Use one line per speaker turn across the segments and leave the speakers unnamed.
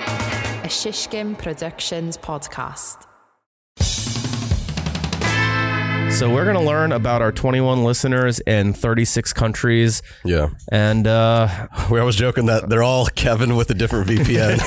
a Shishkin Productions podcast.
So we're going to learn about our 21 listeners in 36 countries.
Yeah.
And uh,
We always joking that they're all Kevin with a different VPN.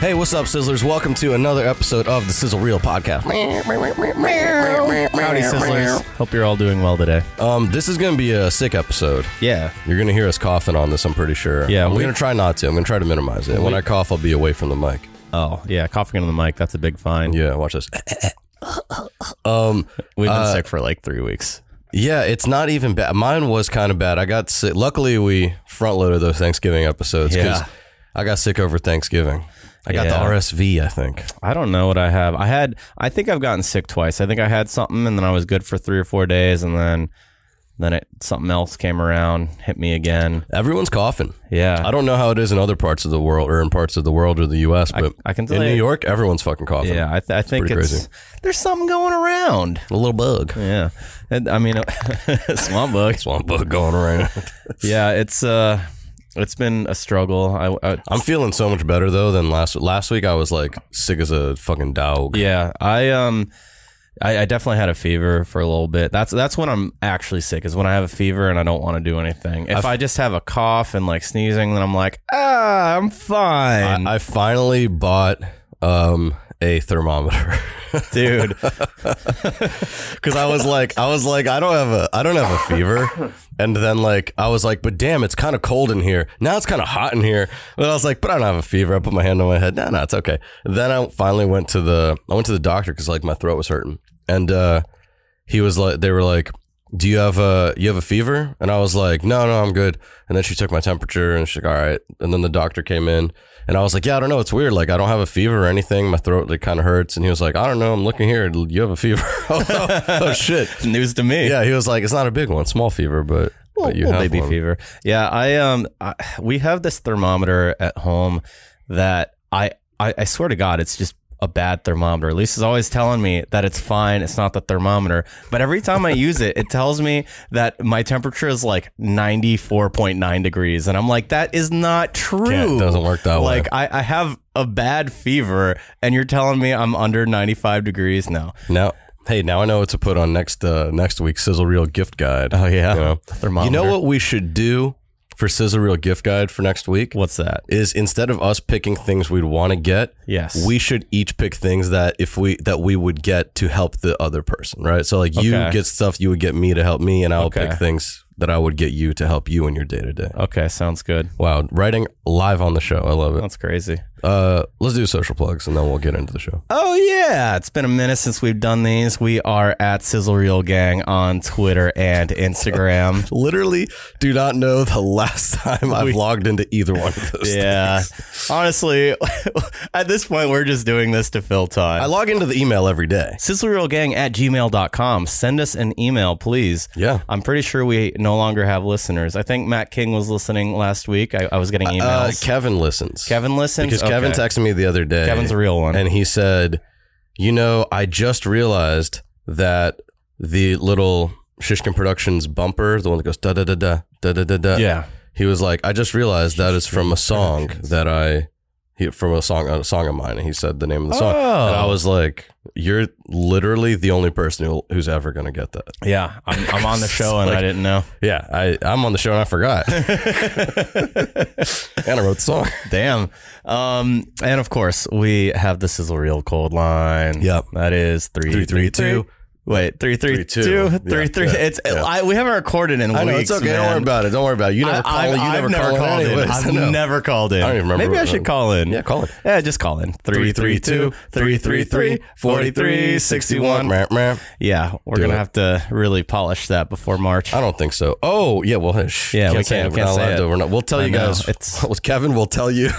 hey, what's up, Sizzlers? Welcome to another episode of the Sizzle Reel podcast.
howdy, Sizzlers. Hope you're all doing well today.
Um, this is going to be a sick episode.
Yeah.
You're going to hear us coughing on this, I'm pretty sure.
Yeah,
I'm
we-
going to try not to. I'm going to try to minimize it. When I cough, I'll be away from the mic.
Oh, yeah. Coughing on the mic. That's a big fine.
Yeah, watch this. um,
We've been
Uh,
sick for like three weeks.
Yeah, it's not even bad. Mine was kind of bad. I got sick. Luckily, we front loaded those Thanksgiving episodes
Yeah.
I got sick over Thanksgiving. I got
Yeah.
the RSV, I think.
I don't know what I have. I had, I think I've gotten sick twice. I think I had something and then I was good for three or four days and then. Then it, something else came around, hit me again.
Everyone's coughing.
Yeah,
I don't know how it is in other parts of the world or in parts of the world or the U.S., but
I can tell
in
you-
New York, everyone's fucking coughing.
yeah. I, th- I think
pretty
it's
crazy.
there's something going around.
A little bug.
Yeah, and, I mean, swamp bug.
Swamp bug going around.
Yeah, it's uh, it's been a struggle. I, I
I'm feeling so much better though than last last week. I was like sick as a fucking dog.
yeah, I um, I, I definitely had a fever for a little bit. That's that's when I'm actually sick. Is when I have a fever and I don't want to do anything. If i just have a cough and like sneezing, then I'm like, ah, I'm fine,
I, I finally bought um, a thermometer.
dude.
because I was like, I was like, I don't have a, I don't have a fever. And then like, I was like, but damn, it's kind of cold in here. Now it's kind of hot in here. But I was like, but I don't have a fever. I put my hand on my head. No, no, it's okay. Then I finally went to the, I went to the doctor because like my throat was hurting, and uh, he was like, they were like, do you have a, you have a fever? And I was like, no, no, I'm good. And then she took my temperature and she's like, all right. And then the doctor came in. And I was like, yeah, I don't know. It's weird. Like, I don't have a fever or anything. My throat like, kind of hurts. And he was like, I don't know. I'm looking here. You have a fever. oh, shit.
News to me.
Yeah, he was like, it's not a big one, small fever, but,
Well,
but you have
baby
one.
fever. Yeah, I um, I, we have this thermometer at home that I, I I swear to God, it's just a bad thermometer. Lisa's always telling me that it's fine. It's not the thermometer, but every time I use it, it tells me that my temperature is like ninety four point nine degrees, and I'm like, that is not true.
Yeah, it doesn't work that
like
way.
I, I have a bad fever, and you're telling me I'm under ninety five degrees now.
Now, hey, now I know what to put on next uh, next week's Sizzle Reel gift guide.
yeah,
You know? Um,
thermometer.
Oh, You know what we should do for Sizzle Reel gift guide for next week?
What's that?
Is instead of us picking things we'd want to get,
Yes.
we should each pick things that if we that we would get to help the other person, right? So like you
Okay.
get stuff you would get me to help me, and I'll
Okay.
pick things that I would get you to help you in your day to day.
Okay, sounds good.
Wow, writing live on the show, I love it.
That's crazy.
Uh, let's do social plugs, and then we'll get into the show.
Oh yeah, it's been a minute since we've done these. We are at Sizzle Reel Gang on Twitter and Instagram.
literally do not know the last time I've logged into either one of those.
yeah, honestly, at this point, we're just doing this to fill time.
I log into the email every day.
sizzlereelgang at gmail.com. Send us an email, please.
Yeah.
I'm pretty sure we no longer have listeners. I think Matt King was listening last week. I, I was getting
Uh,
emails.
Kevin listens.
Kevin listens?
Because Kevin
Okay.
texted me the other day.
Kevin's a real one.
And he said, You know, I just realized that the little Shishkin Productions bumper, the one that goes da da da da da da da da.
yeah.
He was like, I just realized that is from a song that I. He, from a song, a song of mine, and he said the name of the song,
Oh.
and I was like, "You're literally the only person who, who's ever gonna get that."
Yeah. I'm, I'm on the show and I didn't know.
Yeah, I, I'm on the show and I forgot. and I wrote the song.
Damn. Um, and of course, we have the sizzle reel cold line.
Yep.
That is three
Three, three, two.
Wait, three three
Three,
two
two.
three three.
Yeah, yeah,
It's I, we haven't recorded in
I know,
weeks.
it's okay.
Man.
Don't worry about it. Don't worry about it. You never call
I,
it. You
I've
never,
never
call
called
it.
in.
anyways.
I've
I know.
never called in.
I don't even remember
Maybe I
what-
should call in.
Yeah, call in.
Yeah, just call in. Three three two three three three forty three sixty one.
Meh, meh.
Yeah, we're gonna
it.
have to really polish that before March.
I don't think so. Oh, yeah. Well, hey, shh,
Yeah, we
say
can't-
it.
we
We're
can't
not
say
allowed
it.
to. We're not. We'll tell
I
you
know,
guys.
it's-
Well, Kevin. We'll tell you.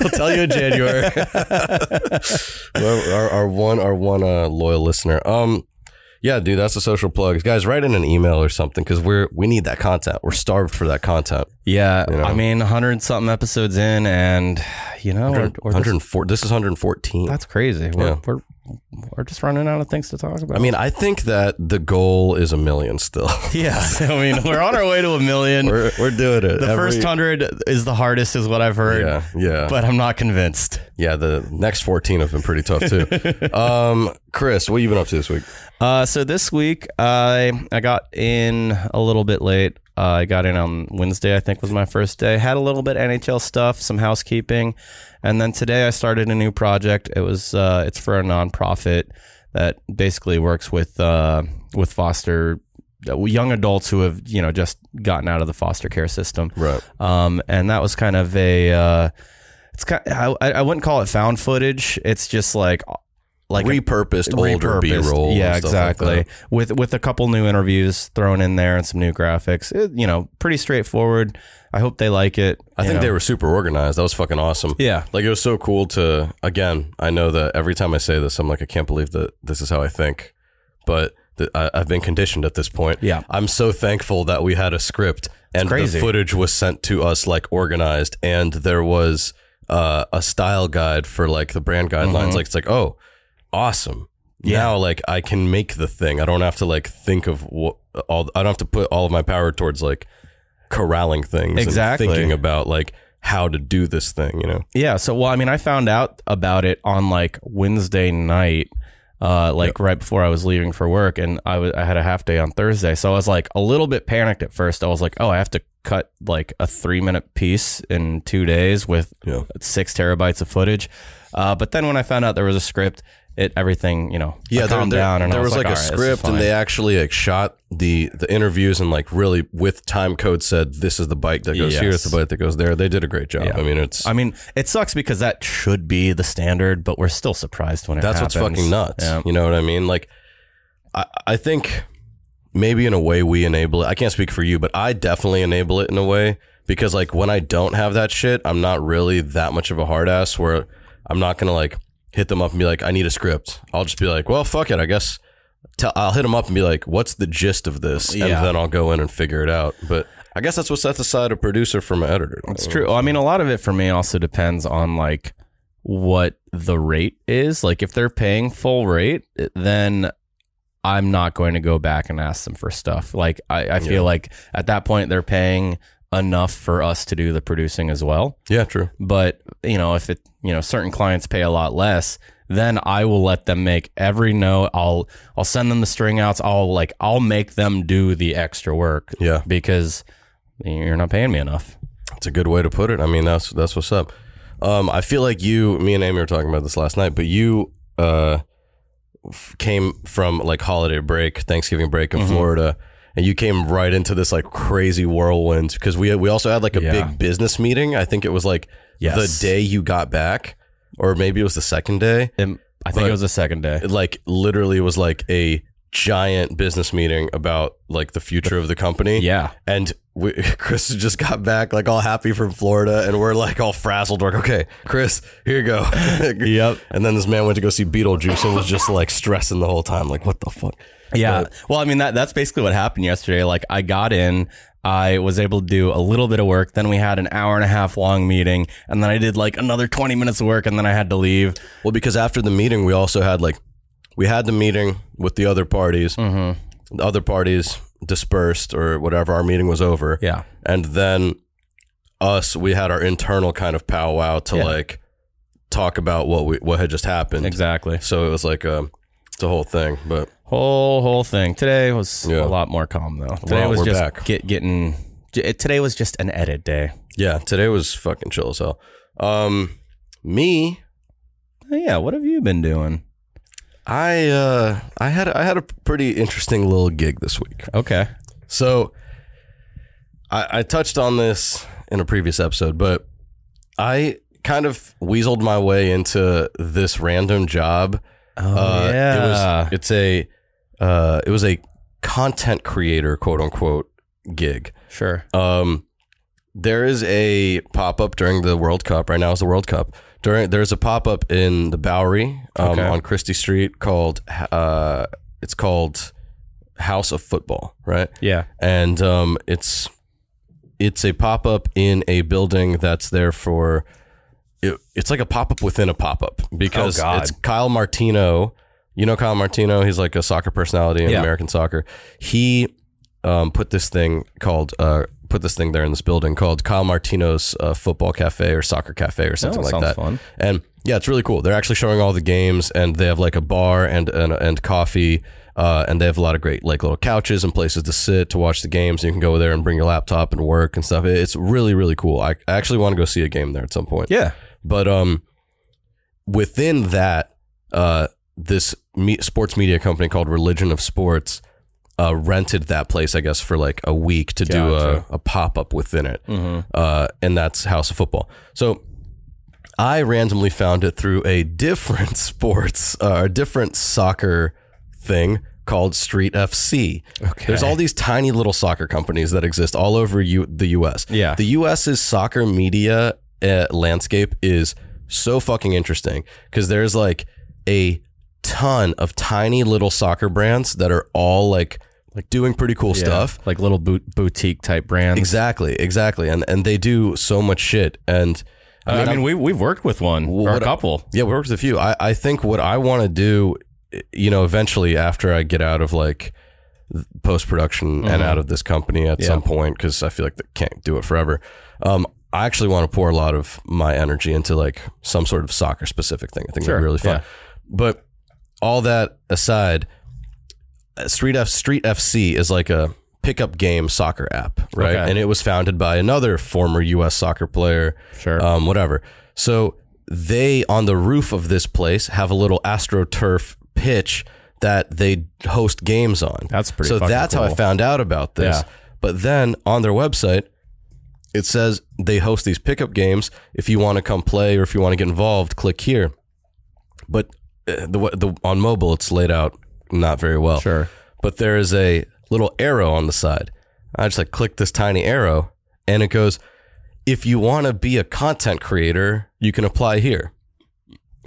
we'll tell you in January. our, our, our one, our one uh, loyal listener. Um, yeah, dude, that's the social plugs, guys. Write in an email or something because we're we need that content. We're starved for that content.
Yeah,
know?
I mean, hundred something episodes in, and you know, we're, we're just-
104. This is 114.
That's crazy. We're,
Yeah.
we're we're just running out of things to talk about.
I mean, I think that the goal is a million still.
yeah. I mean, we're on our way to a million.
we're, we're doing it.
the
Every-
first hundred is the hardest, is what I've heard.
Yeah, yeah.
But I'm not convinced.
Yeah, the next 14 have been pretty tough too. um, Chris, what you been up to this week?
Uh, so this week, I I got in a little bit late. Uh, I got in on Wednesday, I think was my first day. Had a little bit NHL stuff, some housekeeping, and then today I started a new project. It was uh, it's for a nonprofit that basically works with uh, with foster uh, young adults who have you know just gotten out of the foster care system.
Right.
Um, and that was kind of a uh, it's kind I I wouldn't call it found footage. It's just like like a-
repurposed, older
repurposed.
B roll.
Yeah, exactly. with with a couple new interviews thrown in there and some new graphics. It- you know, pretty straightforward. I hope they like it.
I
you
think
know.
they were super organized. That was fucking awesome.
Yeah.
Like it was so cool to again. I know that every time I say this, I'm like, I can't believe that this is how I think, but th- I, I've been conditioned at this point.
Yeah.
I'm so thankful that we had a script and
crazy.
the footage was sent to us like organized, and there was uh, a style guide for like the brand guidelines. Like it's like, oh, awesome.
Mm-hmm. Yeah.
Now, like I can make the thing. I don't have to like think of what all. I don't have to put all of my power towards like corralling things.
Exactly.
And thinking about like how to do this thing. You know.
Yeah. So, well, I mean, I found out about it on like Wednesday night, uh, like right before I was leaving for work, and I wa- I had a half day on Thursday, so I was like a little bit panicked at first. I was like, oh, I have to cut like a three minute piece in two days with
Yeah.
six terabytes of footage. Uh, but then when I found out there was a script, it everything you know, I
yeah, there,
calmed
there-
down, and
there
I was,
was like, a
"All right, this is
script, and
fine."
they actually like shot the the interviews and like really with time code said this is the bike that goes here,
Yes.
it's the bike that goes there. They did a great job.
Yeah.
I mean, it's
I mean, it sucks because that should be the standard, but we're still surprised when it
that's what's
happens.
fucking nuts.
Yeah.
You know what I mean? Like, I I think maybe in a way we enable it. I can't speak for you, but I definitely enable it in a way because like when I don't have that shit, I'm not really that much of a hard ass where I'm not gonna like hit them up and be like, I need a script. I'll just be like, well, fuck it, I guess. Tell, I'll hit them up and be like, what's the gist of this?
Yeah.
And then I'll go in and figure it out. But I guess that's what sets aside a producer from an editor.
It's true. I mean, a lot of it for me also depends on like what the rate is. Like, if they're paying full rate, then I'm not going to go back and ask them for stuff. Like, I, I feel
Yeah.
like at that point they're paying enough for us to do the producing as well.
Yeah, true.
But you know, if it you know certain clients pay a lot less, then I will let them make every note. I'll I'll send them the string outs. I'll like I'll make them do the extra work
Yeah.
because you're not paying me enough.
It's a good way to put it. I mean, that's that's what's up. Um, I feel like you, me and Amy were talking about this last night, but you uh, f- came from like holiday break, Thanksgiving break
Mm-hmm.
in Florida, and you came right into this like crazy whirlwind because we we also had like a
Yeah.
big business meeting. I think it was like
Yes.
the day you got back, or maybe it was the second day.
It, I think
But-
it was the second day.
It, like literally was like a giant business meeting about like the future of the company.
Yeah.
And we, Chris just got back, like all happy from Florida, and we're like all frazzled. We're like, okay, Chris, here you go.
Yep.
And then this man went to go see Beetlejuice and was just like stressing the whole time, like, what the fuck?
Yeah. well, I mean that that's basically what happened yesterday. Like I got in, I was able to do a little bit of work, then we had an hour and a half long meeting, and then I did like another 20 minutes of work and then I had to leave.
Well, because after the meeting, we also had like, we had the meeting with the other parties.
Mhm.
The other parties dispersed or whatever. Our meeting was over.
Yeah.
And then us, we had our internal kind of powwow to
Yeah.
like talk about what we what had just happened.
Exactly.
So it was like um, it's a whole thing, but.
Whole whole thing. Today was
Yeah.
a lot more calm though. Today
Well,
was
we're
just
back.
get getting j- it- today was just an edit day.
Yeah, today was fucking chill as hell. Um, me,
Oh, Yeah, what have you been doing?
I uh, I had I had a pretty interesting little gig this week.
Okay.
So, I, I touched on this in a previous episode, but I kind of weaseled my way into this random job.
Oh
Uh,
yeah.
it was it's a uh, it was a content creator quote unquote gig.
sure.
Um, there is a pop up during the World Cup. Right now is the World Cup. During there's a pop up in the Bowery um,
Okay.
on Christie Street called uh, it's called House of Football, right?
Yeah.
And um, it's it's a pop up in a building that's there for it, it's like a pop up within a pop up because
Oh, God.
it's Kyle Martino. You know Kyle Martino. He's like a soccer personality in
Yeah.
American soccer. He um, put this thing called uh, put this thing there in this building called Kyle Martino's uh, Football Cafe or Soccer Cafe or something like
Oh, sounds
that.
fun.
And yeah, it's really cool. They're actually showing all the games, and they have like a bar and and, and coffee, uh, and they have a lot of great like little couches and places to sit to watch the games. You can go there and bring your laptop and work and stuff. It- It's really really cool. I, I actually want to go see a game there at some point.
Yeah.
But um, within that, uh, this me- sports media company called Religion of Sports uh, rented that place, I guess, for like a week to
Gotcha.
do a, a pop up within it,
Mm-hmm.
uh, and that's House of Football. So I randomly found it through a different sports uh, or different soccer thing called Street FC.
Okay.
There's all these tiny little soccer companies that exist all over U- the US.
Yeah.
The US's soccer media uh, landscape is so fucking interesting because there's like a ton of tiny little soccer brands that are all like like doing pretty cool stuff.
like little boot, boutique type brands.
Exactly, exactly. And and they do so much shit and
Uh, I mean,
I'm-
we we've worked with one or a
what I-
couple.
yeah, we worked with a few. I, I think what I want to do, you know, eventually after I get out of like post production and
Mm-hmm.
out of this company at some point, because I feel like that can't do it forever. Um, I actually want to pour a lot of my energy into like some sort of soccer specific thing. I think that'd
Sure,
be really fun.
yeah.
But all that aside, uh, Street F Street FC is like a pickup game soccer app, right?
Okay.
And it was founded by another former U.S. soccer player
Sure.
um, whatever. So they on the roof of this place have a little astroturf pitch that they host games on.
That's pretty
So
fucking
that's how I
cool.
found out about this.
Yeah.
But then on their website, it says they host these pickup games. If you want to come play or if you want to get involved, click here. But uh, the, the on mobile, it's laid out not very well
sure.
but there is a little arrow on the side. I just like click this tiny arrow and it goes, if you want to be a content creator, you can apply here.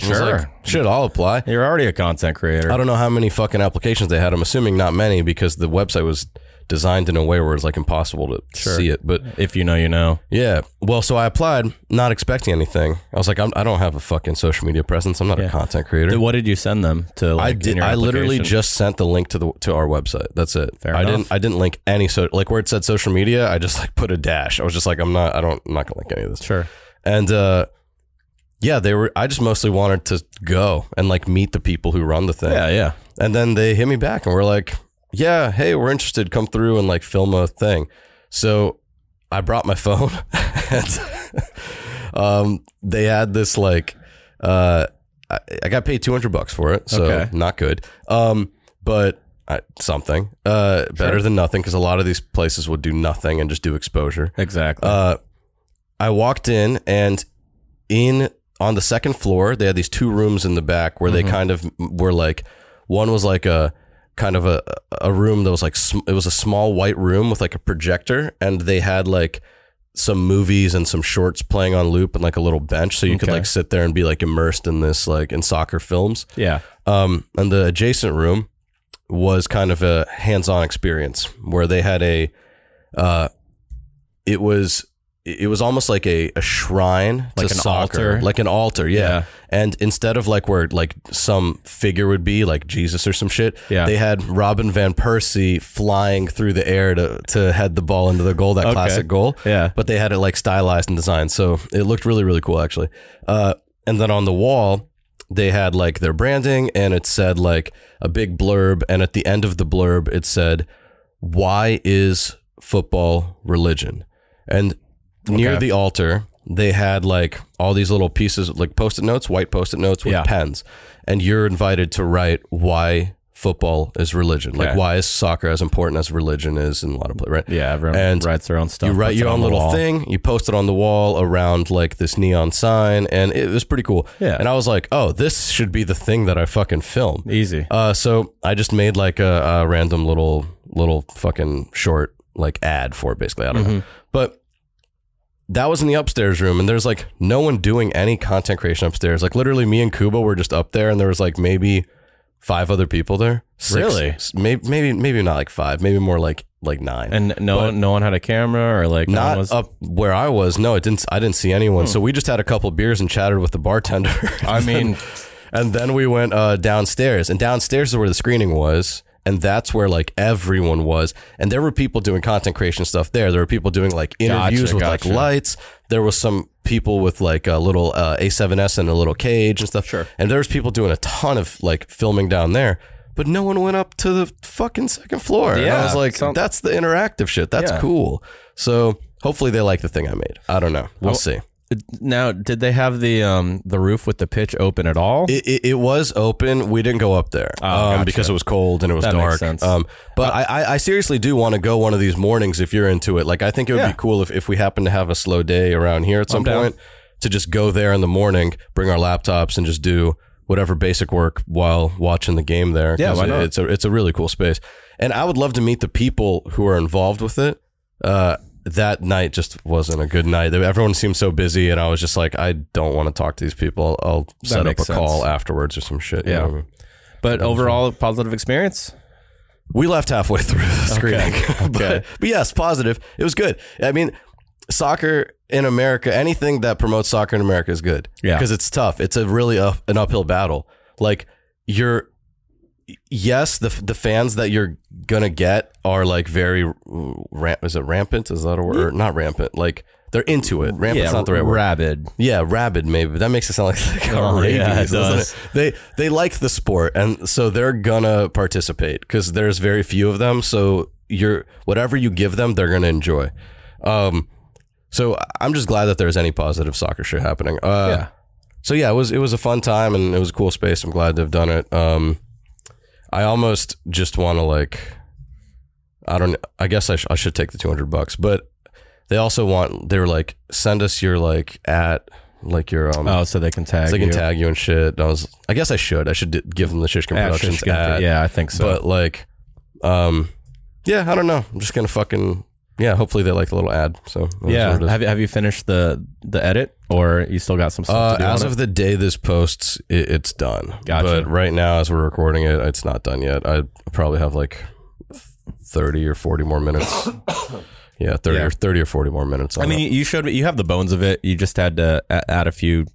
I was
Sure.
Like, Shit, I'll apply.
You're already a content creator.
I don't know how many fucking applications they had. I'm assuming not many because the website was designed in a way where it's like impossible to see it. But
If you know, you know.
yeah, well, so I applied, not expecting anything. I was like, I'm, I don't have a fucking social media presence. I'm not a content creator.
What did you send them to? Like,
I
in
did.
your
I literally
application?
just sent the link to the to our website. That's it.
Fair
I
enough.
didn't. I didn't link any so like where it said social media. I just like put a dash. I was just like, I'm not. I don't. I'm not gonna link any of this.
sure.
And uh, yeah, they were. I just mostly wanted to go and like meet the people who run the thing.
Yeah, yeah.
And then they hit me back and we're like, yeah, hey, we're interested. Come through and like film a thing. So I brought my phone and um, they had this like, uh, I, I got paid 200 bucks for it. So
Okay.
not good. Um, but I, something uh, better than nothing because a lot of these places will do nothing and just do exposure.
Exactly.
Uh, I walked in and in on the second floor they had these two rooms in the back where they kind of were like one was like a kind of a a room that was like sm- it was a small white room with like a projector and they had like some movies and some shorts playing on loop and like a little bench so you could
Okay.
like sit there and be like immersed in this like in soccer films
yeah.
um, and the adjacent room was kind of a hands-on experience where they had a, uh, it was it was almost like a, a shrine
Like
to
an
soccer,
altar?
like an altar, yeah.
Yeah.
And instead of like where like some figure would be, like Jesus or some shit,
Yeah.
they had Robin van Persie flying through the air to to head the ball into the goal, that
Okay.
classic goal
Yeah.
but they had it like stylized and designed. So it looked really, really cool actually. Uh, and then on the wall, they had like their branding and it said like a big blurb. And at the end of the blurb, it said, Why is football religion? And near
Okay.
the altar, they had like all these little pieces, like post it notes, white post it notes with
Yeah.
pens. And you're invited to write why football is religion. Like,
Okay.
why is soccer as important as religion is in a lot of places, right?
Yeah. Everyone
And
writes their own stuff.
You write
puts
your
it on
own
the
little
wall.
thing. You post it on the wall around like this neon sign, and it was pretty cool.
Yeah.
And I was like, oh, this should be the thing that I fucking film.
Easy.
Uh, so I just made like a, a random little little fucking short like ad for it, basically. I don't
Mm-hmm.
know, but that was in the upstairs room, and there's like no one doing any content creation upstairs. Like literally, me and Kuba were just up there, and there was like maybe five other people there. Six,
Really?
Maybe, maybe maybe not like five. Maybe more like like nine.
And no,
But-
no one had a camera or like no one
not
was, Hmm.
up where I was. No, it didn't. I didn't see anyone. So we just had a couple beers and chatted with the bartender.
I mean,
and then we went uh, downstairs, and downstairs is where the screening was, and that's where like everyone was, and there were people doing content creation stuff there. There were people doing like interviews with
gotcha.
like lights. There was some people with like a little uh, A7S and a little cage and stuff.
Sure.
And there was people doing a ton of like filming down there. But no one went up to the fucking second floor. And I
Yeah.
was like,
Some-
that's the interactive shit. That's
Yeah.
cool. So hopefully they like the thing I made. I don't know.
Oh,
We'll see.
now did they have the um the roof with the pitch open at all?
It, it, it was open. We didn't go up there um,
Oh, gotcha.
because it was cold and it was
That makes
dark.
sense. Uh,
Um, but I, I, I seriously do want to go one of these mornings if you're into it. Like I think it would
Yeah.
be cool if, if we happen to have a slow day around here at some
down.
point to just go there in the morning, bring our laptops, and just do whatever basic work while watching the game there.
Yeah,
'Cause
why not?
It's a it's a really cool space, and I would love to meet the people who are involved with it. Uh, that night just wasn't a good night. Everyone seemed so busy, and I was just like, I don't want to talk to these people. I'll, I'll set up a
makes sense.
call afterwards or some shit. you
Yeah.
know what I mean?
but overall, positive experience.
We left halfway through the screening.
Okay.
but, but yes, positive. It was good. I mean, soccer in America, anything that promotes soccer in America is good.
Yeah.
Because it's tough. It's a really up, an uphill battle. Like, you're, yes, the, the fans that you're going to get are like very, ramp, is it rampant? Is that a word? Or not rampant. Like, they're into it. Rampant's not the right word.
rabid.
Yeah, rabid maybe, but that makes it sound like they got
Oh,
rabies.
yeah, it
doesn't
does.
They they like the sport, and so they're gonna participate because there's very few of them. So you're whatever you give them, they're gonna enjoy. Um, so I'm just glad that there's any positive soccer shit happening. Uh,
Yeah.
So yeah, it was it was a fun time and it was a cool space. I'm glad to have done it. Um, I almost just want to like, I don't. I guess I, sh- I should take the 200 bucks, but they also want they were like send us your like at like your um
Oh, so they can tag.
so they can
you.
tag you and shit. And I was I guess I should I should d- give them the Shishkin
Yeah,
Productions
Shishkin,
ad,
yeah, I think so.
but like, um, yeah, I don't know. I'm just gonna fucking yeah. Hopefully they like the little ad. So that's what it
yeah,
is.
have you have you finished the the edit or you still got some stuff to
Uh,
do?
as
on
of
it?
the day this posts, it, it's done.
Gotcha.
But right now, as we're recording it, it's not done yet. I probably have like thirty or forty more minutes. yeah, thirty
Yeah.
or thirty or forty more minutes. On
I mean, you showed me you have the bones of it. You just had to a- add a few.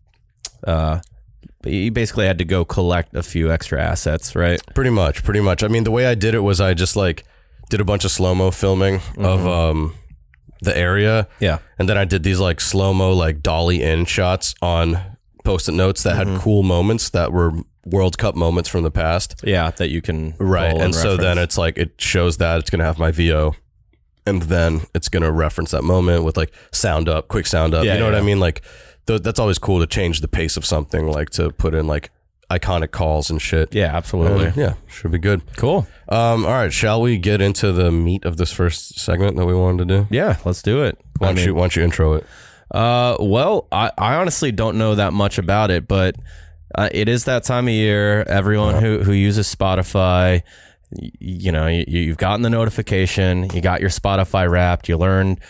Uh, you basically had to go collect a few extra assets, right?
it. pretty much, pretty much. I mean, the way I did it was I just like did a bunch of slow mo filming of um the area.
Mm-hmm. Yeah.
And then I did these like slow mo, like dolly in shots on post it notes that
Mm-hmm.
had cool moments that were World Cup moments from the past.
Yeah, that you can
right
roll
and, so then it's like it shows that it's gonna have my vo and then it's gonna reference that moment with like sound up quick sound up
Yeah,
you know what
yeah.
i mean like th- that's always cool to change the pace of something like to put in like iconic calls and shit
yeah, absolutely.
Um, yeah should be good
Cool.
um all right shall we get into the meat of this first segment that we wanted to do
Yeah, let's do it.
why don't, you, why don't you intro it
Uh, well, I, I honestly don't know that much about it, but uh, it is that time of year. Everyone
Uh-huh.
who, who uses Spotify, y- you know, you, you've gotten the notification, you got your Spotify wrapped, you learned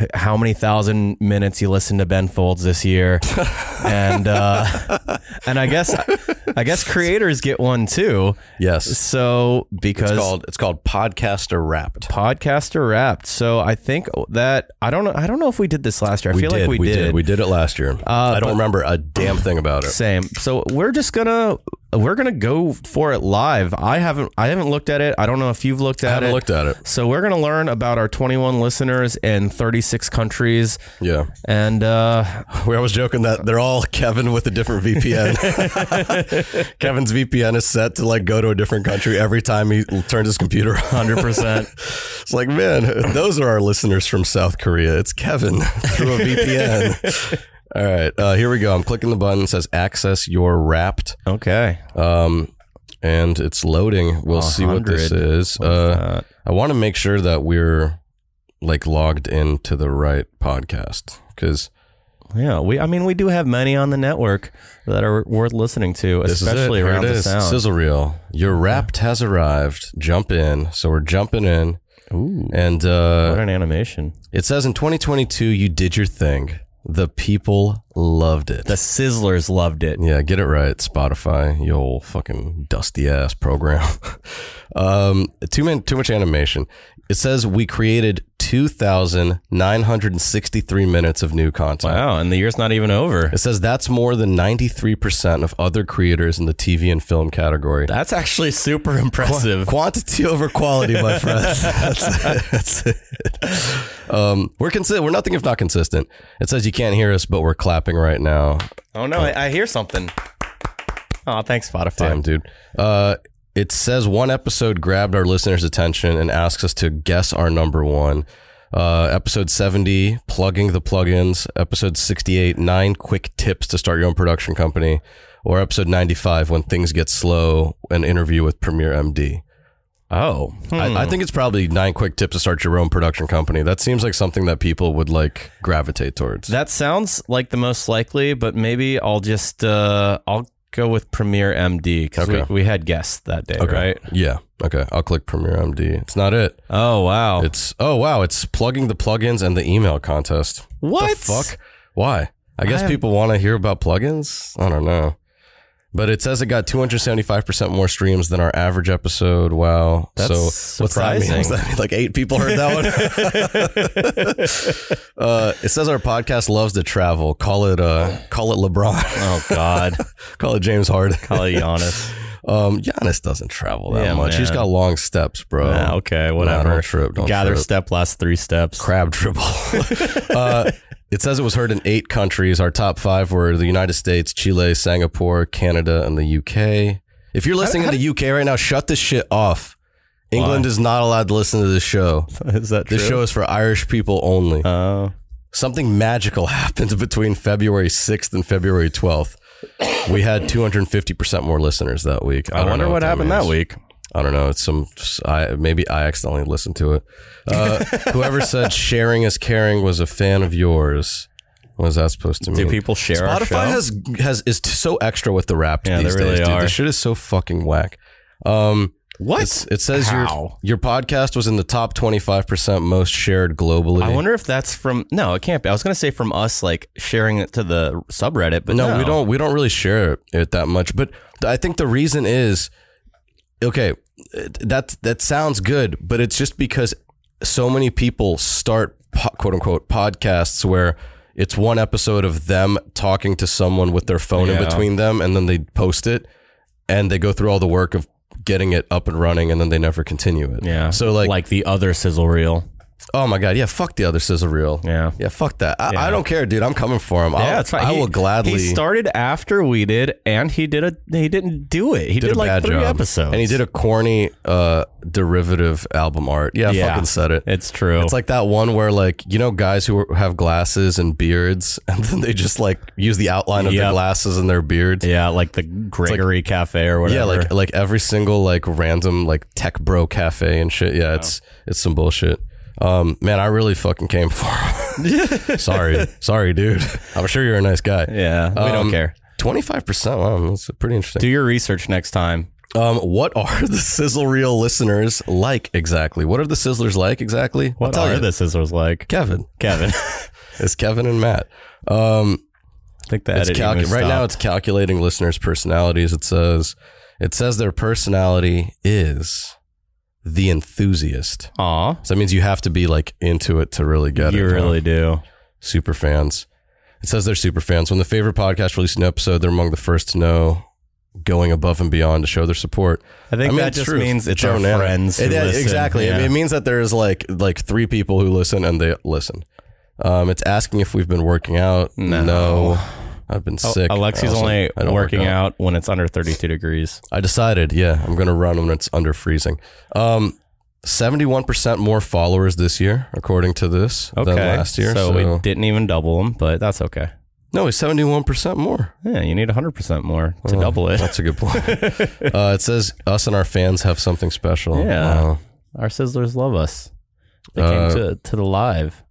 h- how many thousand minutes you listened to Ben Folds this year. and, uh, and I guess, I guess creators get one too.
yes
So because
it's called it's called podcaster wrapped
podcaster wrapped. So I think that, I don't know. I don't know if we did this last year. I feel like we, Uh,
we we did it last year i don't remember a damn thing about it
Same. So we're just gonna we're gonna go for it live. I haven't I haven't looked at it. I don't know if you've looked
i
at
haven't
it.
looked at it
so we're gonna learn about our 21 listeners in 36 countries,
yeah
and uh,
We always joking that they're all Kevin with a different VPN. Kevin's VPN is set to like go to a different country every time he turns his computer on.
100. percent
It's like, man, those are our listeners from South Korea. It's Kevin through a VPN. all right, uh, here we go. I'm clicking the button. It says access your wrapped,
Okay.
um, and it's loading. We'll see what this
100.
is. Uh, I want to make sure that we're like logged into the right podcast because.
Yeah. We I mean we do have many on the network that are worth listening to,
This is it.
especially
Here
around
it
the
is.
sound.
Sizzle reel. Your wrapped has arrived. Jump in. So we're jumping in,
Ooh.
and
What
uh,
an animation.
it says in 2022 you did your thing. The people loved it.
The Sizzlers loved it.
Yeah, get it right, Spotify, you old fucking dusty ass program. um, too man, too much animation. It says we created two thousand nine hundred and sixty three minutes of new content.
Wow, and the year's not even over.
It says that's more than ninety three percent of other creators in the TV and film category.
That's actually super impressive.
Quantity over quality, my friends. That's it. That's it. Um, we're consi- We're nothing if not consistent. It says you can't hear us, but we're clapping right now.
Oh no, I, I hear something. Oh, thanks Spotify.
Damn, dude. Uh, it says one episode grabbed our listeners' attention and asks us to guess our number one. Uh, episode 70, plugging the plugins. Episode 68, nine quick tips to start your own production company. Or episode 95, when things get slow, an interview with Premiere MD.
Oh,
I, I think it's probably nine quick tips to start your own production company. That seems like something that people would like gravitate towards.
that sounds like the most likely, but maybe I'll just uh, I'll go with Premiere MD because
Okay.
we, we had guests that day,
okay.
right?
Yeah. Okay. I'll click Premiere MD. It's not it.
Oh wow,
It's oh wow, it's plugging the plugins and the email contest.
What?
the fuck? Why? I guess
I am-
people want to hear about plugins. I don't know. But it says it got 275% more streams than our average episode. Wow.
That's
so what's that mean?
surprising.
What's that mean? Like eight people heard that one. uh, it says our podcast loves to travel. Call it uh call it LeBron.
oh god,
call it James Harden.
probably Giannis.
Um Giannis doesn't travel that
Yeah,
much. He's
man.
got long steps, bro.
Ah, okay,
Oh. Nah,
whatever.
don't trip, don't
Gather
trip.
step, last three steps.
crab dribble. uh, it says it was heard in eight countries. Our top five were the United States, Chile, Singapore, Canada, and the UK. If you're listening in the UK right now, shut this shit off. England is not allowed to listen to this show.
Is that
This show is for Irish people only.
Oh.
Something magical happened between February 6th and February 12th. We had 250% more listeners that week.
I,
don't
wonder
know
what, happened
means.
that week.
I don't know. It's some. I maybe I accidentally listened to it. Uh, whoever said sharing is caring was a fan of yours. What is that supposed to mean?
Do people share our show?
Spotify has has is t- so extra with the rap
Yeah, they
these
really
days. Dude.
are.
This shit is so fucking whack. Um,
what?
it's- it says your
How?
your podcast was in the top twenty five percent most shared globally.
I wonder if that's from no, it can't be. I was gonna say from us like sharing it to the subreddit, but no,
no, we don't we don't really share it that much but th- i think the reason is okay it- that that sounds good but it's just because so many people start po- quote unquote podcasts where it's one episode of them talking to someone with their phone in
Yeah.
between them and then they post it and they go through all the work of getting it up and running and then they never continue it
Yeah.
so like,
like, the other sizzle reel.
oh my god yeah fuck the other scissor reel
Yeah.
yeah fuck that i, I don't care dude i'm coming for him I'll, i
He-
will gladly
He started after we did, and he did a he didn't do it. He did,
did, a
like
bad
three
job.
episodes,
And he did a corny uh, derivative album art. Yeah, I
Yeah.
fucking said it.
It's true.
It's like that one where like you know guys who are- have glasses and beards, and then they just like use the outline of their
Yep.
glasses and their beards.
yeah, like the Gregory Cafe or whatever.
Yeah, like like every single like random like tech bro cafe and shit. Yeah, it's it's some bullshit. Um, man, I really fucking came for him. sorry, sorry, dude. I'm sure you're a nice guy.
yeah, we
um,
don't care.
Twenty five percent. Wow, that's pretty interesting.
Do your research next time.
Um, what are the sizzle reel listeners like exactly? What are the sizzlers like exactly? I'll
What
tell
are
you.
the sizzlers like,
Kevin.
Kevin? I
It's Kevin and Matt. Um,
think that
it's calcu- right now it's calculating listeners' personalities. It says it says their personality is the enthusiast.
Aw,
So that means you have to be like into it to really get
you
it. huh?
really do.
super fans. It says they're super fans. When the favorite podcast releases an episode, they're among the first to know, going above and beyond to show their support.
I think that
it's
just
true.
means it's our
Jonah.
friends who
It- yeah,
listen.
Exactly. It-
Yeah.
It means that there's like like three people who listen and they listen. Um, it's asking if we've been working out.
No.
I've been
Oh,
sick.
Alexi's
I also-
only
I don't work
working out when it's under 32 degrees.
I decided, yeah, I'm gonna run when it's under freezing. Um, 71% more followers this year, according to this,
Okay.
than last year.
So, we didn't even double them, but that's okay.
no, it's 71% more.
Yeah, you need 100% more to
Oh,
double it.
That's a good point. uh, it says us and our fans have something special.
Yeah.
Wow.
Our Sizzlers love us. They
Uh,
came to, to the live.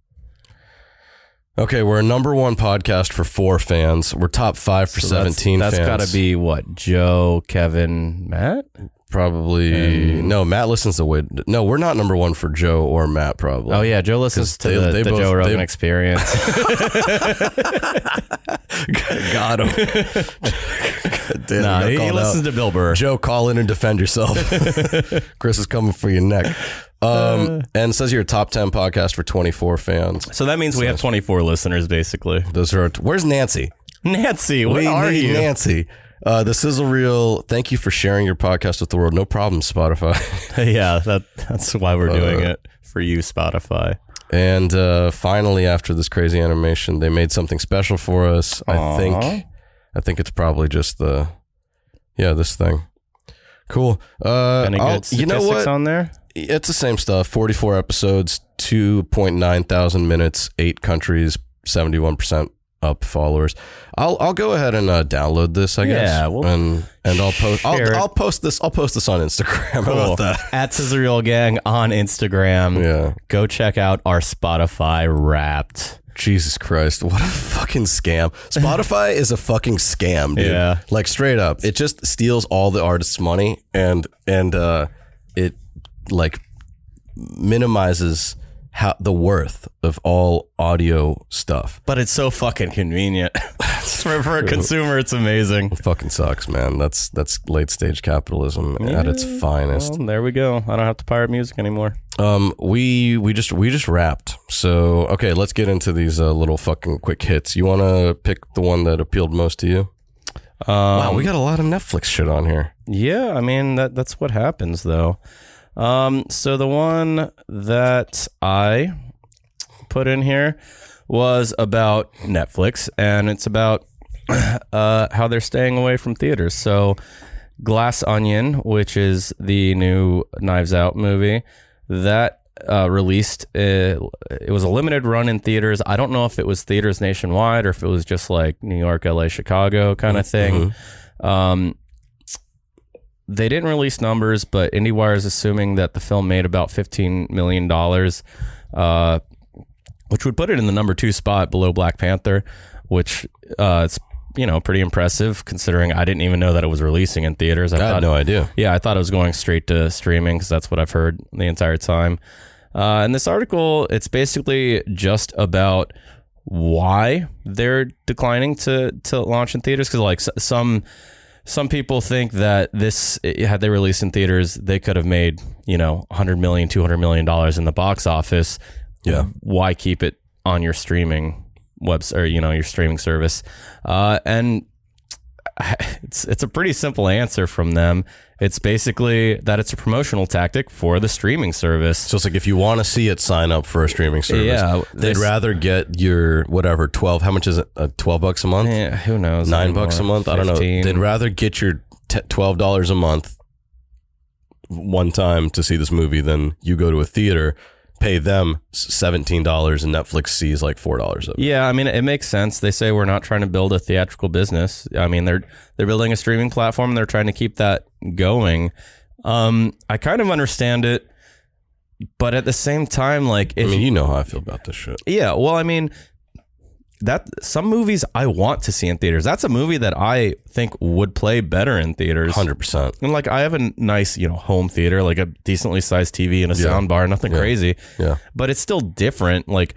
Okay, we're a number one podcast for four fans. We're top five for
So that's-
seventeen.
That's
fans.
got to be what? Joe, Kevin, Matt?
probably no. Matt listens to way. No, we're not number one for Joe or Matt. Probably.
Oh yeah, Joe listens to
they-
the,
they
the
both-
Joe Rogan
they-
Experience.
God, oh. God damn,
nah,
got
he, he
called
listens
out.
to Bill Burr.
Joe, call in and defend yourself. Chris is coming for your neck.
Uh.
Um, and it says you're a top ten podcast for 24 fans.
So that means we have 24 listeners, basically.
Those are where's Nancy?
Nancy, where
We
are
need
you?
Nancy? Uh, the sizzle reel. Thank you for sharing your podcast with the world. No problem, Spotify.
yeah, that, that's why we're doing
Uh,
it for you, Spotify.
And uh, finally, after this crazy animation, they made something special for us. I
Aw.
think, I think it's probably just the, yeah, this thing. Cool. Uh,
Any
I'll-
good
you know
statistics
what?
on there?
it's the same stuff. Forty-four episodes, two point nine thousand minutes, eight countries, seventy-one percent up followers. I'll I'll go ahead and uh, download this. I guess.
Yeah, we'll
and and I'll post.
share
I'll,
it.
I'll post this. I'll post this on Instagram. How about that?
At Cesarel Gang on Instagram.
Yeah.
Go check out our Spotify Wrapped.
Jesus Christ, what a fucking scam. Spotify is a fucking scam, dude.
Yeah.
Like straight up. It just steals all the artists' money and and uh it like minimizes how the worth of all audio stuff.
But it's so fucking convenient. for, for a consumer, it's amazing.
Fucking sucks, man. That's that's late stage capitalism at its finest.
Well, there we go. I don't have to pirate music anymore.
Um, we we just we just wrapped. So okay, let's get into these uh, little fucking quick hits. You want to pick the one that appealed most to you?
Um,
Wow, we got a lot of Netflix shit on here.
Yeah, I mean that that's what happens though. Um, so the one that I put in here was about Netflix, and it's about uh, how they're staying away from theaters. So Glass Onion, which is the new Knives Out movie, that uh, released uh, it was a limited run in theaters. I don't know if it was theaters nationwide or if it was just like New York, LA, Chicago kind of thing. Um, they didn't release numbers, but IndieWire is assuming that the film made about fifteen million dollars, uh, which would put it in the number two spot below Black Panther, which uh, it's you know pretty impressive considering I didn't even know that it was releasing in theaters. I
I
thought
had no idea.
yeah, I thought it was going straight to streaming because that's what I've heard the entire time. Uh, and this article, it's basically just about why they're declining to to launch in theaters because like s- some some people think that this had they released in theaters they could have made you know 100 million 200 million dollars in the box office
Yeah.
why keep it on your streaming webs or you know your streaming service uh, and it's it's a pretty simple answer from them it's basically that it's a promotional tactic for the streaming service
So it's like if you want to see it, sign up for a streaming service.
Yeah,
they'd
this-
rather get your whatever twelve. How much is it? Uh, twelve bucks a month?
yeah, Eh, who knows
Nine bucks a
anymore?
month? I don't know.
15.
They'd rather get your t- twelve dollars a month one time to see this movie than you go to a theater, pay them s- seventeen dollars, and Netflix sees like four dollars of it.
Yeah, I mean it makes sense. They say we're not trying to build a theatrical business. I mean they're they're building a streaming platform and they're trying to keep that going. Um, I kind of understand it, but at the same time, like if
I mean, you know how I feel about this shit.
yeah, well, I mean that some movies I want to see in theaters. That's a movie that I think would play better in theaters.
Hundred percent.
And like I have a nice, you know, home theater, like a decently sized TV and a sound bar, nothing crazy.
Yeah.
But it's still different. Like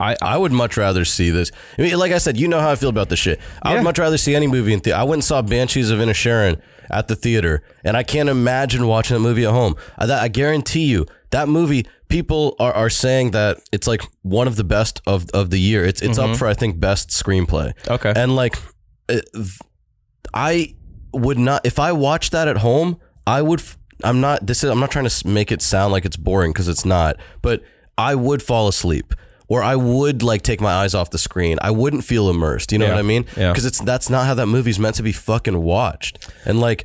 I would much rather see this. I mean, like I said, you know how I feel about this shit. I
Yeah.
would much rather see any movie in theater. I went and saw Banshees of Inisherin at the theater, and I can't imagine watching that movie at home. I, that, I guarantee you, that movie, people are, are saying that it's like one of the best of, of the year. It's it's up for I think best screenplay.
Okay.
and like, it, I would not if I watched that at home. I would. f- I'm not. This is. I'm not trying to s- make it sound like it's boring because it's not. But I would fall asleep, or I would like take my eyes off the screen. I wouldn't feel immersed. You know what I mean?
Yeah.
Because it's that's not how that movie's meant to be fucking watched. And like.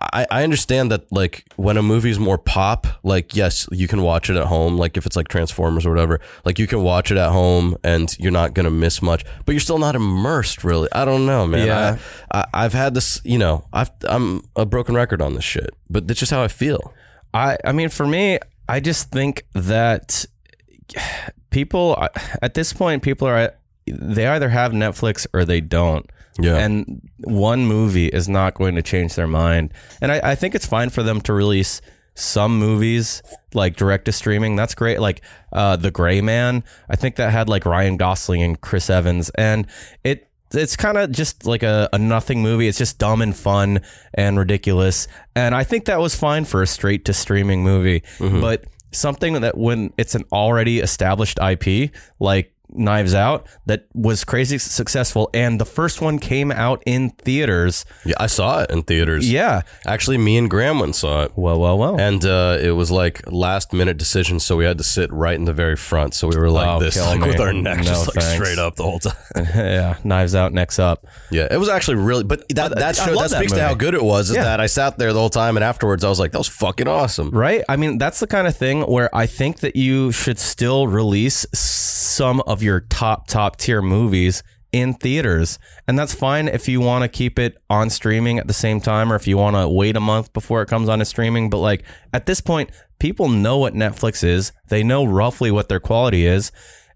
I, I understand that like when a movie's more pop, like yes, you can watch it at home, like if it's like Transformers or whatever, like you can watch it at home and you're not gonna miss much, but you're still not immersed really. I don't know, man.
Yeah.
I, I I've had this, you know, I've I'm a broken record on this shit, but that's just how I feel.
I I mean for me, I just think that people at this point people are they either have Netflix or they don't.
Yeah.
And one movie is not going to change their mind. And I, I think it's fine for them to release some movies like direct to streaming. That's great. Like uh, The Gray Man, I think that had like Ryan Gosling and Chris Evans. And it it's kind of just like a, a nothing movie. It's just dumb and fun and ridiculous. And I think that was fine for a straight to streaming movie. But something that when it's an already established IP, like Knives Out, that was crazy successful, and the first one came out in theaters.
Yeah, I saw it in theaters.
Yeah.
Actually, me and Graham went and saw it.
Well, well, well.
And uh, it was like last minute decision, so we had to sit right in the very front. So we were like
Oh,
this,
kill
like
me.
with our neck
No,
just like
thanks.
straight up the whole time.
yeah, Knives Out next up.
Yeah, it was actually really, but that that,
I
show,
love
that
that
speaks to
movie.
how good it was. Is
Yeah.
that I sat there the whole time, and afterwards I was like, that was fucking awesome.
Right? I mean, that's the kind of thing where I think that you should still release some of your top, top tier movies in theaters. And that's fine if you want to keep it on streaming at the same time or if you want to wait a month before it comes on to streaming. But like at this point, people know what Netflix is, they know roughly what their quality is.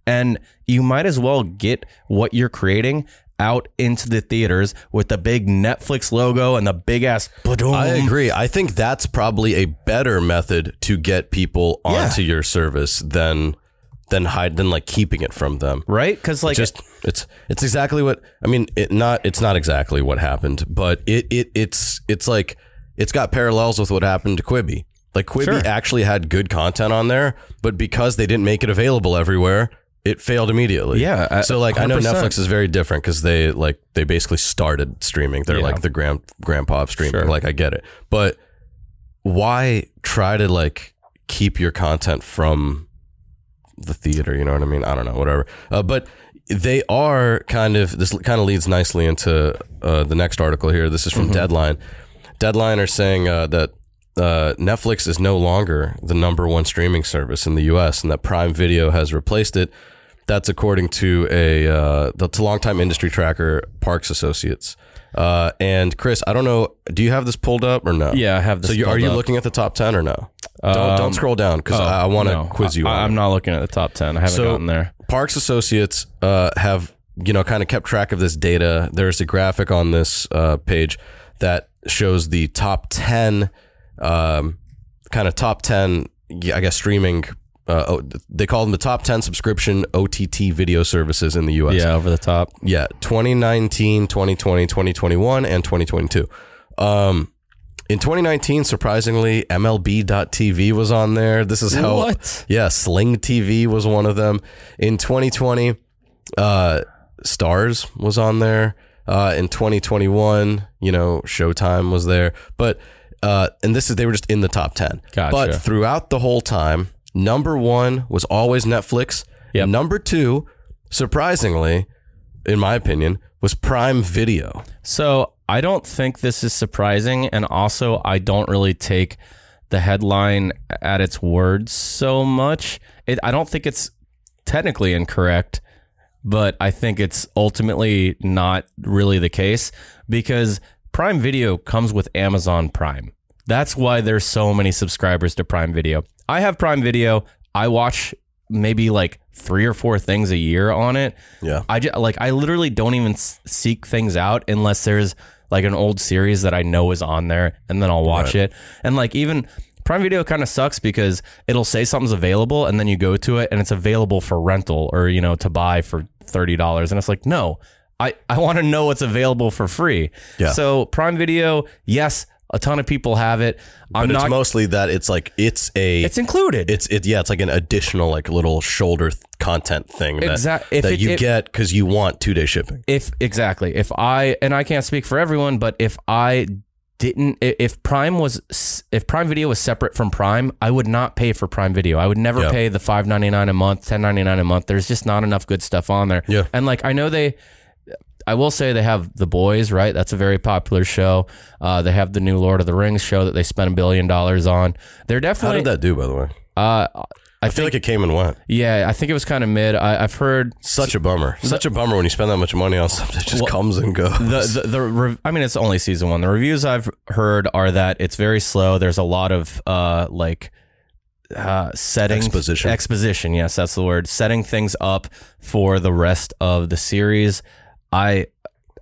And you might as well get what you're creating out into the theaters with the big Netflix logo and the big ass.
I agree. I think that's probably a better method to get people
Yeah.
onto your service than than hide than like keeping it from them.
Right? Because like
just it's it's exactly what I mean. It not it's not exactly what happened, but it it it's it's like it's got parallels with what happened to Quibi. Like Quibi
Sure.
actually had good content on there, but because they didn't make it available everywhere, it failed immediately.
Yeah, I-
so like I know
100%.
Netflix is very different because they like they basically started streaming. They're
Yeah.
like the grand grandpa of streaming. Like I get it, but why try to like keep your content from the theater. You know what I mean? I don't know, whatever. Uh, but they are kind of this kind of leads nicely into uh, the next article here. This is
Mm-hmm.
from Deadline. Deadline are saying uh, that uh, Netflix is no longer the number one streaming service in the U.S. and that Prime Video has replaced it. That's according to a uh, the to longtime industry tracker Parks Associates. Uh, and Chris, I don't know. Do you have this pulled up or no?
Yeah, I have this
So you, are
pulled
you
up. Um,
looking at the top ten or no? don't don't scroll down because Uh, I, want to
Oh, No,
quiz you.
I,
on it.
I'm not looking at the top 10. I haven't
So-
gotten there.
Parks Associates uh, have you know kind of kept track of this data. There's a graphic on this uh, page that shows the top ten, um, kind of top ten, yeah, I guess streaming. Uh, oh, they call them the top ten subscription OTT video services in the U.S.
Yeah, over the top.
Yeah, 2019, 2020, 2021, and 2022. Um, in 2019, surprisingly, MLB.TV was on there. This is how.
What?
Yeah, Sling TV was one of them. In 2020, uh, Stars was on there. Uh, in 2021, you know, Showtime was there. But, uh, and this is, they were just in the top 10.
Gotcha.
But throughout the whole time, number one was always Netflix.
Yep.
Number two, surprisingly, in my opinion, was Prime Video.
So I don't think this is surprising. And also, I don't really take the headline at its word so much. It, I don't think it's technically incorrect, but I think it's ultimately not really the case because Prime Video comes with Amazon Prime. That's why there's so many subscribers to Prime Video. I have Prime Video. I watch maybe like three or four things a year on it.
Yeah.
I just, like I literally don't even s- seek things out unless there's like an old series that I know is on there and then I'll watch it. And like even Prime Video kind of sucks because it'll say something's available and then you go to it and it's available for rental or you know to buy for $30 and it's like no. I, I want to know what's available for free.
Yeah.
So Prime Video, yes, a ton of people have it. I'm
But it's
not
mostly that it's like, it's a.
it's included.
it's it yeah it's like an additional like little shoulder th- content thing that,
Exact- if
that
it-
you
it-
get because you want two day shipping
if exactly if i and i can't speak for everyone but if i didn't i- if prime was s- if prime video was separate from prime i would not pay for prime video i would never
Yeah.
pay the 5.99 a month 10.99 a month there's just not enough good stuff on there
Yeah.
and like i know they I will say they have The Boys, right? That's a very popular show. Uh, they have the new Lord of the Rings show that they spent a billion dollars on. They're
how
definitely.
did that do by the way
Uh, I,
i feel
think.
like it came and went
yeah, I think it was kind of mid. I, I've heard
such a bummer such a bummer when you spend that much money on something that just comes and goes
the the, the re- I mean, it's only season one. The reviews I've heard are that it's very slow. There's a lot of uh, like uh, setting
Exposition.
Exposition, yes, that's the word. Setting things up for the rest of the series. I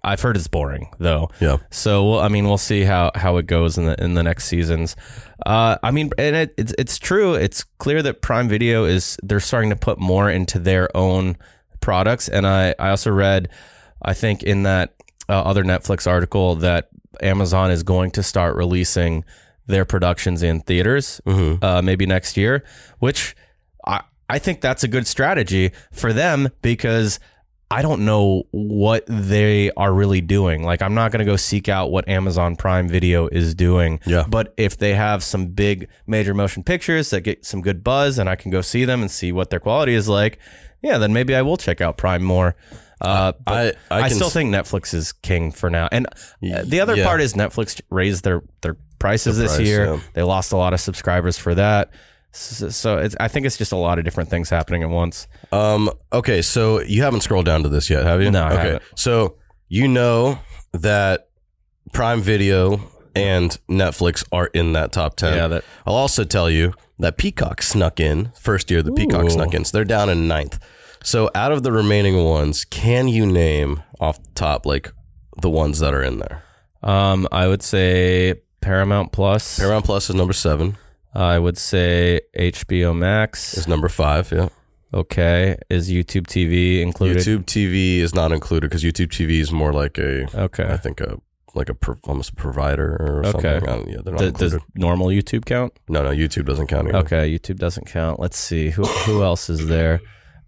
I've heard it's boring though.
Yeah.
So we'll, I mean, we'll see how how it goes in the in the next seasons. Uh, I mean, and it, it's it's true. It's clear that Prime Video is they're starting to put more into their own products, and I I also read, I think in that uh, other Netflix article that Amazon is going to start releasing their productions in theaters
Mhm.
uh, maybe next year, which I, I think that's a good strategy for them because I don't know what they are really doing. Like, I'm not going to go seek out what Amazon Prime Video is doing.
Yeah.
But if they have some big major motion pictures that get some good buzz and I can go see them and see what their quality is like, yeah, then maybe I will check out Prime more. Uh, but
I- I
I,
can
still
s-
think Netflix is king for now. And uh, the other
Yeah.
part is Netflix raised their, their prices this
price,
year.
yeah.
They lost a lot of subscribers for that. So, so it's, I think it's just a lot of different things happening at once.
Um. Okay. So you haven't scrolled down to this yet, have you?
No, I
okay.
haven't.
So you know that Prime Video and Netflix are in that top ten.
Yeah, that-
I'll also tell you that Peacock snuck in first year. The Peacock
Ooh.
snuck in. So they're down in ninth. So out of the remaining ones, can you name off the top like the ones that are in there?
Um, I would say Paramount Plus.
Paramount Plus is number seven.
I would say HBO Max.
Is number five. Yeah.
Okay, is YouTube TV included?
YouTube TV is not included because YouTube TV is more like a I
Okay.
think a like a pro- almost a provider or
Okay.
something. I don't- yeah, they're not
Th- does
included.
normal YouTube count?
no, no, YouTube doesn't count. Either.
Okay, YouTube doesn't count. Let's see who who else is there.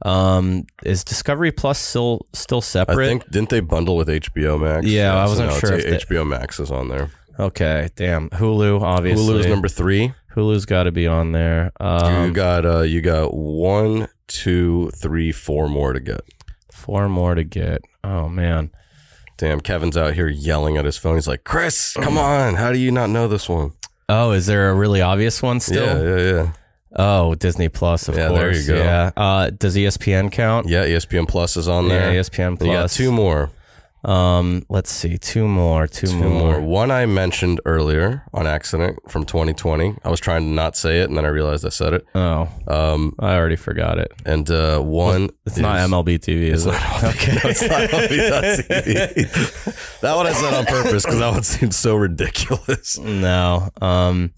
Um, is Discovery Plus still still
I
separate?
think didn't they bundle with HBO Max?
Yeah, I wasn't
now it's
sure
a-
if they-
HBO Max is on there.
okay, damn. Hulu obviously.
Hulu is number three.
Hulu's got to be on there. Um,
you got uh, you got one, two, three, four more to get.
four more to get. Oh man.
Damn, Kevin's out here yelling at his phone. He's like, "Chris,
Mm.
come on! How do you not know this one?"
Oh, is there a really obvious one still?
Yeah, yeah, yeah.
Oh, Disney Plus, of
Yeah,
course.
there you go.
Yeah. Uh, does ESPN count?
Yeah, E ESPN Plus is on there.
Yeah, E ESPN
You got
Plus.
two more.
Um, let's see, two more, two,
Two more. One I mentioned earlier on accident from 2020. I was trying to not say it, and then I realized I said it.
Oh,
Um,
I already forgot it.
and uh, one.
It's not MLB TV, is it?
Okay, no, it's not LBW. that one I said on purpose because that one seemed so ridiculous.
No. Um.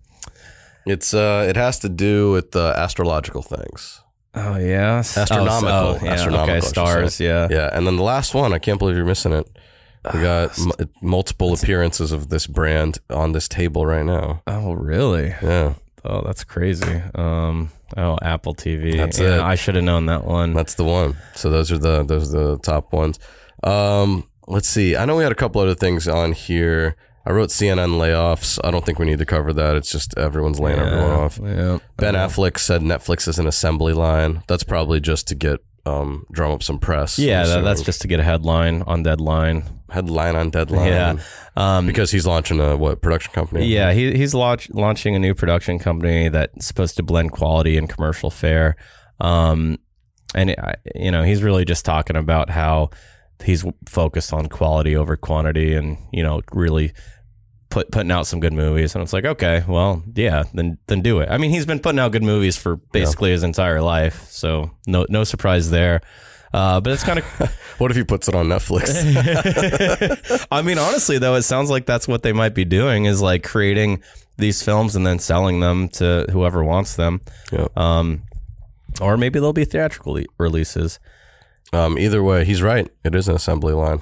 It's uh, it has to do with uh, astrological things.
Oh yeah. S- oh, s-
Astronomical.
oh, yeah.
Astronomical, I
Okay.
should
Stars.
say.
Yeah.
Yeah, and then the last one, I can't believe you're missing it.
Ah,
We got m- multiple appearances of this brand on this table right now.
Oh really?
Yeah,
Oh, that's crazy. Um. Oh, Apple TV.
That's
Yeah,
it.
I should have known that one.
That's the one. So those are the those are the top ones. Um, let's see. I know we had a couple other things on here. I wrote CNN layoffs. I don't think we need to cover that. It's just everyone's laying everyone off.
yeah.
Ben Affleck said Netflix is an assembly line. That's probably just to get um, drum up some press.
Yeah.
So
That, that's just to get a headline on deadline.
headline on deadline.
Yeah. Um.
because he's launching a what production company?
Yeah, he, he's launch, launching a new production company that's supposed to blend quality and commercial fare. Um, and I you know, he's really just talking about how he's focused on quality over quantity, and you know, really put putting out some good movies. And it's like, okay, well, yeah, then then do it. I mean, he's been putting out good movies for basically his entire life, so no no surprise there. Uh, but it's kind of
What if he puts it on Netflix?
I mean, honestly, though, it sounds like that's what they might be doing is like creating these films and then selling them to whoever wants them.
Yeah.
Um, or maybe they'll be theatrical e- releases.
um, either way, he's right. It is an assembly line.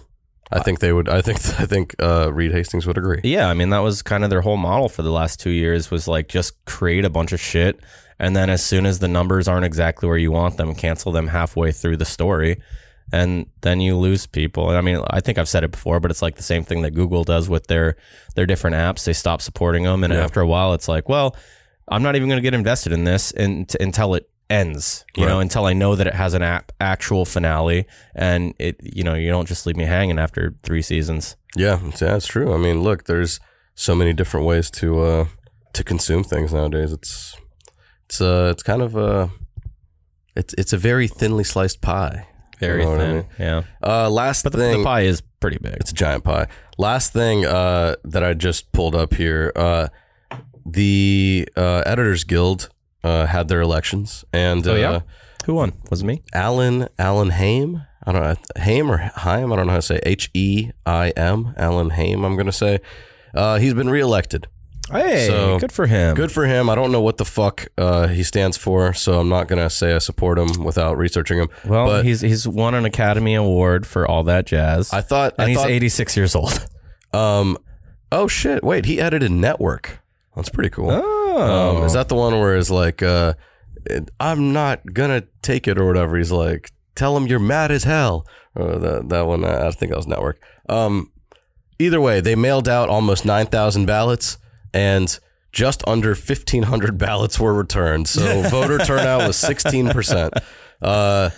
I think they would. I think. I think uh, Reed Hastings would agree.
Yeah, I mean, that was kind of their whole model for the last two years was like just create a bunch of shit. And then as soon as the numbers aren't exactly where you want them, cancel them halfway through the story. And then you lose people. And I mean, I think I've said it before, but it's like the same thing that Google does with their their different apps. They stop supporting them, and
Yeah.
after a while, it's like, well, I'm not even going to get invested in this in, t- until it ends. You know,
Right.
until I know that it has an app, actual finale, and it. You know, you don't just leave me hanging after three seasons.
Yeah, it's- yeah, it's true. I mean, look, there's so many different ways to uh, to consume things nowadays. It's it's uh, it's kind of a it's it's a very thinly sliced pie.
Very
know what I
thin.
mean?
Yeah.
Uh, last
But the,
thing,
the pie is pretty big.
it's a giant pie. Last thing uh, that I just pulled up here, uh, the uh, Editors Guild uh, had their elections, and
Oh, yeah?
uh,
Who won? Was it me?
Alan Alan Haim. I don't know Haim or Haim. I don't know how to say H E I M. Alan Haim. I'm gonna say uh, he's been reelected.
Hey,
So-
good for him.
Good for him. I don't know what the fuck uh, he stands for, so I'm not gonna say I support him without researching him.
Well,
but
he's he's won an Academy Award for all that jazz,
I thought
and
I
he's
thought
86 years old.
um oh shit wait he edited Network. That's pretty cool.
Oh,
Um, is that the one where it's like, uh, it- I'm not gonna take it or whatever? He's like, tell him you're mad as hell. Or that that one, uh, I think that was Network. Um, either way, they mailed out almost nine thousand ballots, and just under fifteen hundred ballots were returned. So voter turnout was sixteen percent. Uh,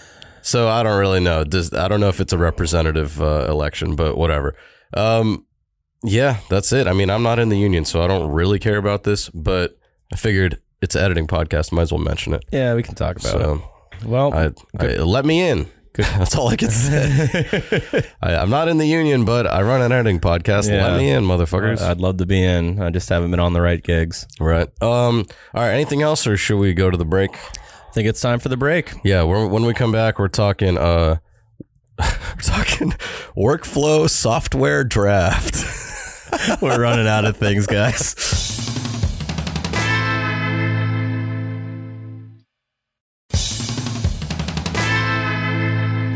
so I don't really know. Does I don't know if it's a representative uh, election, but whatever. Um, yeah, that's it. I mean, I'm not in the union, so I don't really care about this, but I figured it's an editing podcast. Might as well mention it.
yeah, we can talk about
So
it. Well,
I, I, let me in. That's all I can say. I, I'm not in the union, but I run an editing podcast.
Yeah.
Let me in, motherfuckers.
I'd love to be in. I just haven't been on the right gigs.
right. Um. All right. Anything else, or should we go to the break?
I think it's time for the break.
Yeah. We're, when we come back, we're talking. Uh, we're talking workflow software draft.
We're running out of things, guys.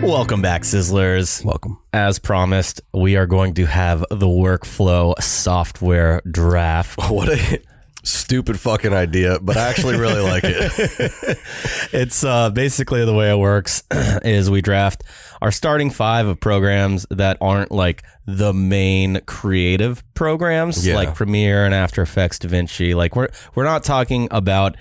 Welcome back, Sizzlers.
Welcome.
As promised, we are going to have the workflow software draft.
What a stupid fucking idea, but I actually really like it.
It's uh, basically the way it works is we draft our starting five of programs that aren't like the main creative programs
Yeah.
like Premiere and After Effects, DaVinci. Like we're we're not talking about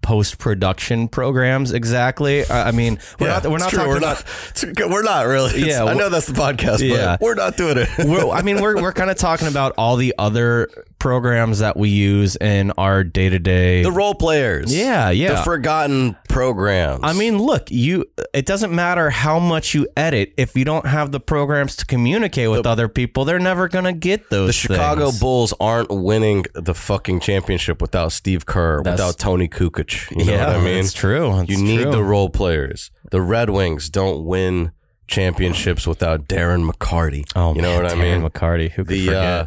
post production programs exactly. I, I mean, we're
Yeah,
not we're
it's
not
true.
talking
we're
about
not it's- we're not really. It's-
Yeah,
I
wh-
know that's the podcast, but
Yeah.
we're not doing it.
we're, I mean, we're, we're kind of talking about all the other programs that we use in our day to day.
the role players.
Yeah, yeah.
The forgotten programs.
I mean, look, you. It doesn't matter how much you edit if you don't have the programs to communicate with other people. They're never gonna get those.
the Chicago
things.
Bulls aren't winning the fucking championship without Steve Kerr, without Tony Kukoc. You know
yeah,
what I mean?
it's true. It's
You need
true.
the role players. The Red Wings don't win championships without Darren McCarty.
Oh,
you know
man,
what I
Darren
mean?
McCarty. Who could
the
forget?
uh,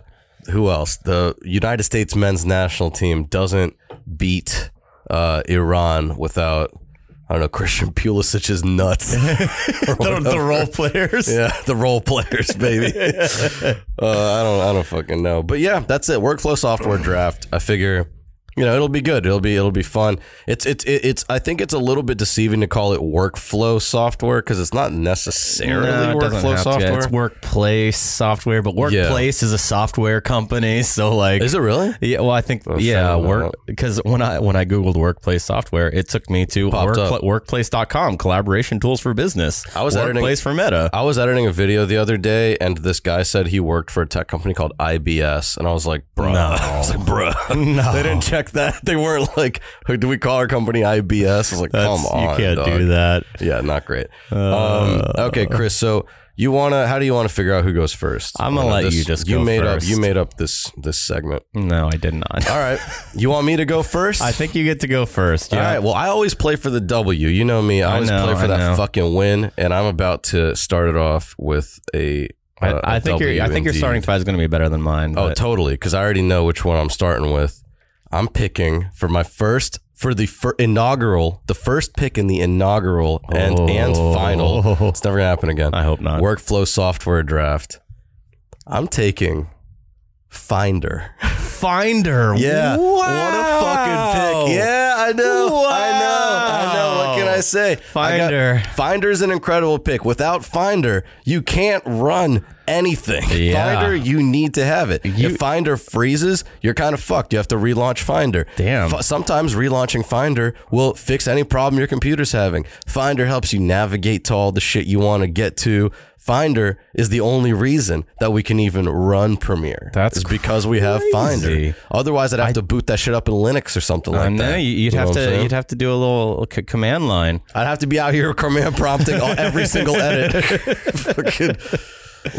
who else? The United States men's national team doesn't beat uh, Iran without I don't know Christian Pulisic's nuts.
the, the role players.
yeah, the role players, baby. uh, I don't I don't fucking know, but yeah, that's it. Workflow software draft. I figure. You know, it'll be good. It'll be it'll be fun. It's it's it- it's. I think it's a little bit deceiving to call it workflow software because it's not necessarily
No, it doesn't
workflow
have to.
software.
It's workplace software, but workplace is a software company. So like,
Is it Oh, really?
Yeah, well, I think yeah,
sound about
work because when I when I googled workplace software, it took me to
Popped
workpla-
up.
workplace.com collaboration tools for business.
I was editing-
workplace for Meta.
I was editing a video the other day, and this guy said he worked for a tech company called IBS, and I was like, "Bruh,
No.
I was like, bruh,
No.
they didn't check that. They weren't like, "Hey, do we call our company IBS?" I was like,
That's-
"Come on,
you can't
dog."
do that. Uh.
Yeah, not great. um, okay, Chris. So you wanna? How do you want to figure out who goes first?
I'm gonna
I know
let
this-
you just
You
go
made
first.
up. You made up this this segment.
No, I did not.
All right. You want me to go first?
I think you get to go first.
All
Yeah.
right. Well, I always play for the W. You know me. I always
know,
play for
I
that
know.
fucking win, and I'm about to start it off with a. uh,
I, I
a
think your I
W
think your
indeed.
starting five is going to be better than mine.
Oh,
but-
totally. Because I already know which one I'm starting with. I'm picking for my first for the fir- inaugural, the first pick in the inaugural and and
Oh.
final. It's never gonna happen again.
I hope not.
Workflow software draft. I'm taking Finder.
Finder.
Yeah.
Wow.
What a fucking pick. Yeah, I know. I know. I know. What can I say? I got-
Finder.
Finder's an incredible pick. Without Finder, you can't run anything.
Yeah.
Finder, you need to have it. if Finder freezes, you're kind of fucked. You have to relaunch Finder.
Damn.
sometimes relaunching Finder will fix any problem your computer's having. Finder helps you navigate to all the shit you want to get to. Finder is the only reason that we can even run Premiere.
That's
It's because we have Finder.
crazy.
Otherwise, I'd have to boot that shit up in Linux or something
I
like
know
that.
you- you'd
You know
have
what I'm
to
saying?
you'd have to do a little c- command line.
I'd have to be out here command prompting on every single edit. Fucking,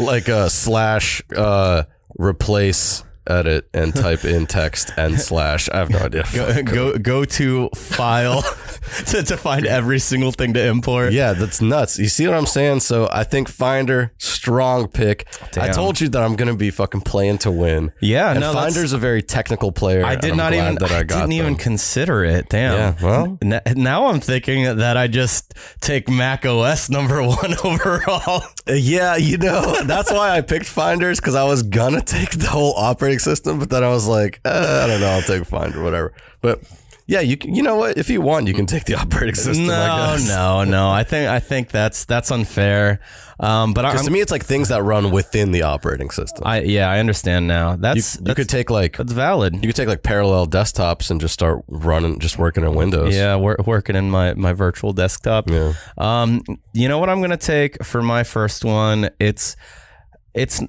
like a slash uh, replace edit and type in text and slash. I have no idea.
Go, go go to file to, to find every single thing to import.
Yeah, that's nuts. You see what I'm saying? So I think Finder, strong pick. I
Damn.
told you that I'm gonna be fucking playing to win.
Yeah,
and
no, that's-
Finder's a very technical player.
I
and
did
I'm
not
glad
even.
that
I,
I, got
didn't even
them.
consider it. Damn.
Yeah, well.
N- now I'm thinking that I just take Mac OS number one overall.
Uh, Yeah, you know, that's why I picked Finders because I was gonna take the whole operating system, but then I was like, uh, I don't know, I'll take Finder, whatever. But yeah, you can, you know what? If you want, you can take the operating system. I
no,
guess.
no, no. I think I think that's that's unfair. Um, but I,
Because to
I'm,
me, it's like things that run within the operating system.
I yeah, I understand now.
you,
That's
you
that's,
could take like
that's valid.
you could take like parallel desktops and just start running, just working in Windows.
Yeah, wor- working in my, my virtual desktop.
Yeah.
Um, you know what I'm gonna take for my first one? It's it's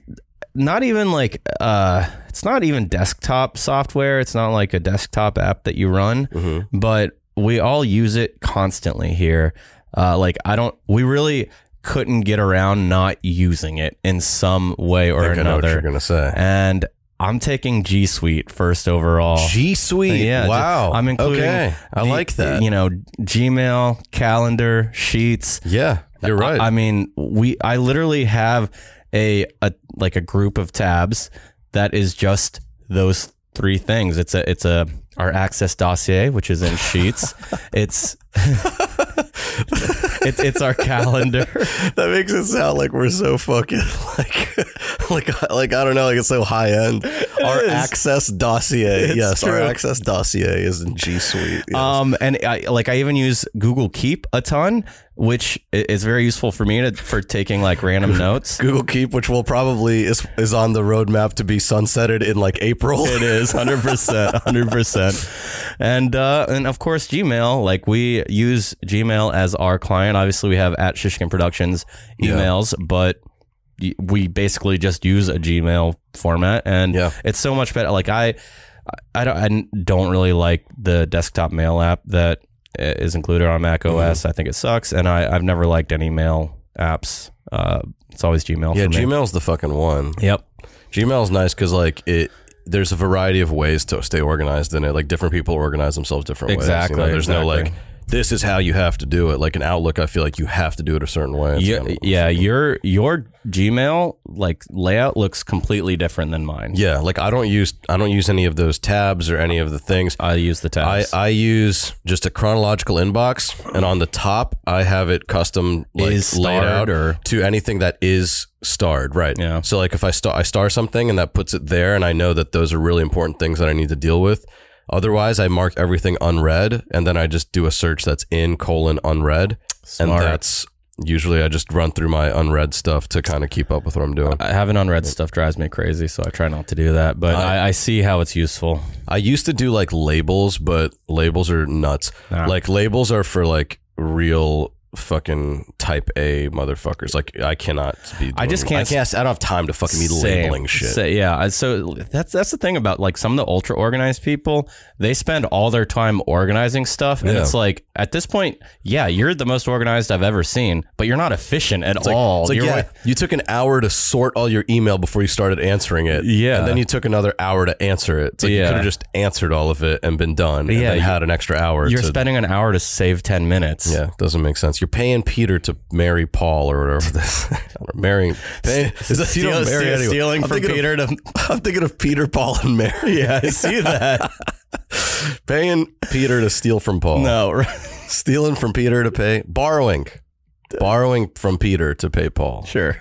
not even like uh, it's not even desktop software. It's not like a desktop app that you run,
mm-hmm.
but we all use it constantly here. Uh, like I don't, we really couldn't get around not using it in some way or
I think I know what you're
another.
gonna say.
And I'm taking G Suite first overall.
G Suite.
Yeah, ju-
wow.
I'm including.
Okay, I
the-
like that.
You know, Gmail, Calendar, Sheets.
yeah, you're right.
I, I mean, we. I literally have a a like a group of tabs that is just those three things. It's a it's a our access dossier, which is in Sheets. it's it's it's our calendar.
That makes it sound like we're so fucking like like like I don't know, like it's so high end. Our
is.
access dossier.
It's
yes, our
true.
access dossier is in G Suite. yes.
Um, and I like I even use Google Keep a ton, which i- is very useful for me to, for taking like random notes.
Google Keep, which will probably is is on the roadmap to be sunsetted in like April.
It is 100%, 100%. And uh, and of course Gmail, like we use Gmail as our client. Obviously we have at Shishkin Productions
Yeah.
emails, but y- we basically just use a Gmail format and
Yeah.
it's so much better. Like I I don't I don't really like the desktop mail app that is included on Mac
Mm-hmm.
OS. I think it sucks and I I've never liked any mail apps. Uh, it's always Gmail
Yeah,
for me.
Gmail's the fucking one.
Yep.
Gmail's nice because like it. There's a variety of ways to stay organized in it. Like different people organize themselves different ways.
Exactly,
You know, there's no
exactly.
like this is how you have to do it. Like an Outlook, I feel like you have to do it a certain way. It's
Yeah,
kind of-
yeah. Your your Gmail like layout looks completely different than mine.
Yeah, like I don't use I don't use any of those tabs or any of the things.
I use the
I,
tabs.
I use just a chronological inbox, and on the top I have it custom like
Is
laid out
starred or-
to anything that is starred, right?
Yeah.
So like if I star I star something and that puts it there, and I know that those are really important things that I need to deal with. Otherwise, I mark everything unread, and then I just do a search that's in colon unread,
Smart.
and that's usually I just run through my unread stuff to kind of keep up with what I'm doing.
I, having unread stuff drives me crazy, so I try not to do that. But I, I see how it's useful.
I used to do like labels, but labels are nuts.
Nah.
Like labels are for like real fucking type A motherfuckers. Like I cannot be.
I
doing-
just can't
I can't. I don't have time to fucking be labeling
Same.
shit.
Sa- yeah. I- So that's that's the thing about like some of the ultra organized people. They spend all their time organizing stuff, and
Yeah.
it's like at this point, yeah, you're the most organized I've ever seen, but you're not efficient at
It's like,
all.
it's like,
You're
yeah,
like-
you took an hour to sort all your email before you started answering it.
Yeah.
And then you took another hour to answer it. It's like you
Yeah.
could have just answered all of it and been done. And
Yeah,
then
you-
had an extra hour
you're
to
spending an hour to save ten minutes.
Yeah, it doesn't make sense. You're paying Peter to marry Paul or whatever this marrying. Pay, is that, you
Steal-
don't marry
steal-
anyone.
stealing
I'm
from
thinking
Peter
Of, I'm thinking of Peter, Paul, and Mary.
Yeah, I see that.
paying Peter to steal from Paul.
no, right.
Stealing from Peter to pay. Borrowing. Borrowing from Peter to pay Paul.
sure.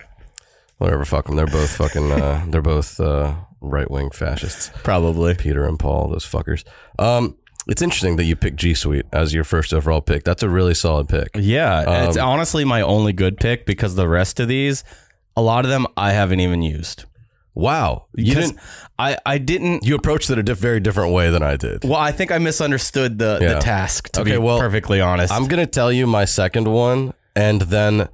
Whatever, fuck them. They're both fucking, uh, they're both uh, right wing fascists.
Probably.
Peter and Paul, those fuckers. Um, it's interesting that you picked G Suite as your first overall pick. That's a really solid pick.
Yeah, it's honestly my only good pick because the rest of these, a lot of them I haven't even used.
Wow. You
Because
didn't.
I, I didn't.
You approached it a diff- very different way than I did.
Well, I think I misunderstood the,
Yeah.
the task. To
Okay,
be
well,
perfectly honest,
I'm going to tell you my second one. And then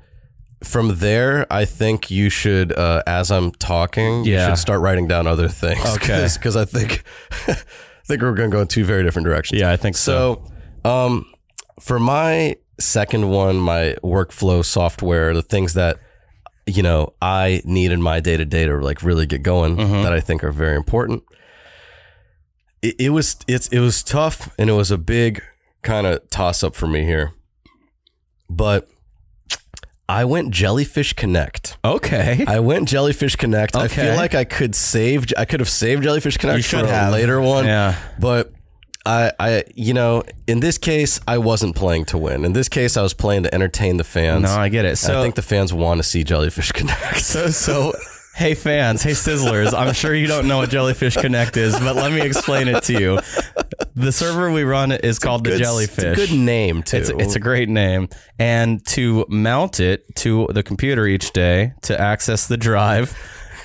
from there, I think you should, uh, as I'm talking, you
Yeah.
should start writing down other things.
Okay.
Because I think, I think we're going to go in two very different directions.
yeah, I think so.
So, um, for my second one, my workflow software, the things that you know, I need in my day to day to like really get going
Mhm.
that I think are very important. It, it was it's it was tough and it was a big kind of toss up for me here, but I went Jellyfish Connect.
Okay.
I went Jellyfish Connect. I
Okay.
feel like I could save. I could have saved Jellyfish Connect
You should
for
have.
a later one.
yeah.
But I, I, you know, in this case, I wasn't playing to win. In this case, I was playing to entertain the fans.
No, I get it.
I
So
think the fans want to see Jellyfish Connect.
So, so, hey fans, hey sizzlers, I'm sure you don't know what Jellyfish Connect is, but let me explain it to you. The server we run is called the
Good-
Jellyfish.
It's a good name too.
It's, it's a great name. And to mount it to the computer each day to access the drive,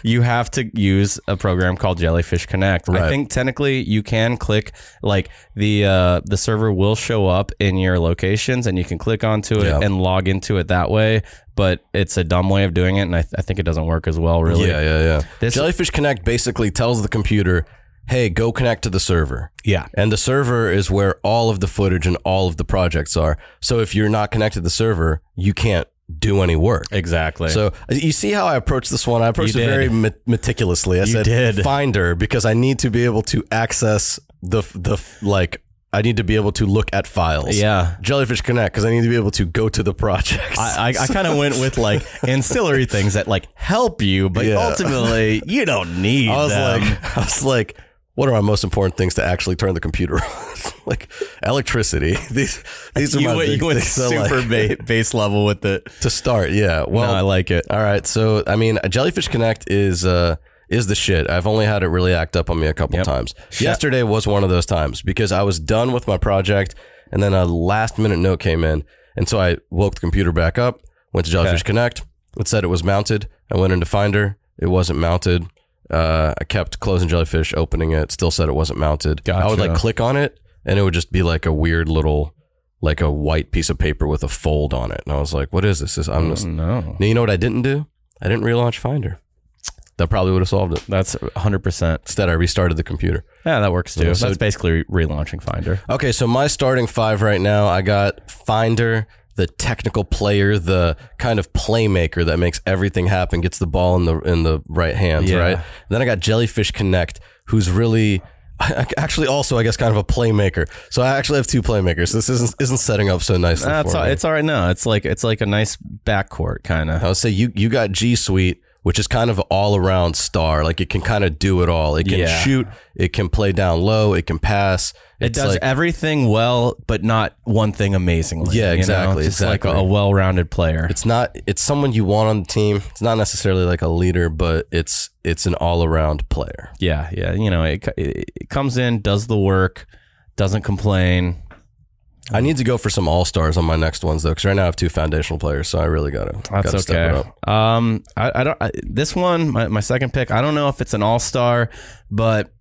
you have to use a program called Jellyfish Connect. I
Right.
think technically you can click like the uh, the server will show up in your locations and you can click onto it
Yeah.
and log into it that way. But it's a dumb way of doing it, and I, th- I think it doesn't work as well. Really,
yeah, yeah, yeah.
This-
Jellyfish Connect basically tells the computer, "Hey, go connect to the server."
yeah.
And the server is where all of the footage and all of the projects are. So if you're not connected to the server, you can't do any work.
exactly.
So uh, you see how I approached this one. I approached
You
it
did.
very me- meticulously. I said
did.
Finder because I need to be able to access the the like. I need to be able to look at files.
Yeah.
Jellyfish Connect because I need to be able to go to the projects.
I, I, I kind of went with like ancillary things that like help you, but
Yeah.
ultimately you don't need.
I was
them.
like, I was like, what are my most important things to actually turn the computer on? like electricity. These these are
you
my
went,
big
you went
things that, like,
super ba- base level with it.
to start. Yeah. Well,
No, I like it.
All right. So I mean, Jellyfish Connect is uh is the shit. I've only had it really act up on me a couple times. Yesterday was one of those times because I was done with my project, and then a last minute note came in, and so I woke the computer back up, went to Jellyfish Connect. It said it was mounted. I went into Finder. It wasn't mounted. Uh, I kept closing Jellyfish, opening it. Still said it wasn't mounted. I would
Gotcha.
like click on it, and it would just be like a weird little, like a white piece of paper with a fold on it. And I was like, "What is this? this I'm just
Oh, No,
now, you know what I didn't do? I didn't relaunch Finder. That probably would have solved it.
that's 100. percent
Instead, I restarted the computer.
Yeah, that works too.
So-
that's basically re- relaunching Finder.
Okay, so my starting five right now, I got Finder, the technical player, the kind of playmaker that makes everything happen, gets the ball in the in the right hands,
Yeah.
right? then I got Jellyfish Connect, who's really actually also I guess kind of a playmaker. So I actually have two playmakers. This isn't isn't setting up so nicely.
That's
for
all,
me.
it's all right. No, it's like it's like a nice backcourt kind
I
of.
would say you you got G Suite, which is kind of an all around star. Like it can kind of do it all. It can
Yeah.
shoot. It can play down low. It can pass.
It
It's
does
like-
everything well, but not one thing amazingly.
Yeah,
you know?
exactly,
Just like
exactly.
a, a well-rounded player.
it's not. It's someone you want on the team. It's not necessarily like a leader, but it's it's an all around player.
Yeah, yeah. You know, it, it, it comes in, does the work, doesn't complain.
I need to go for some all stars on my next ones though, because right now I have two foundational players, so I really gotta
That's
gotta step it
okay.
up.
Um, I, I don't. I, this one, my, my second pick. I don't know if it's an all star, but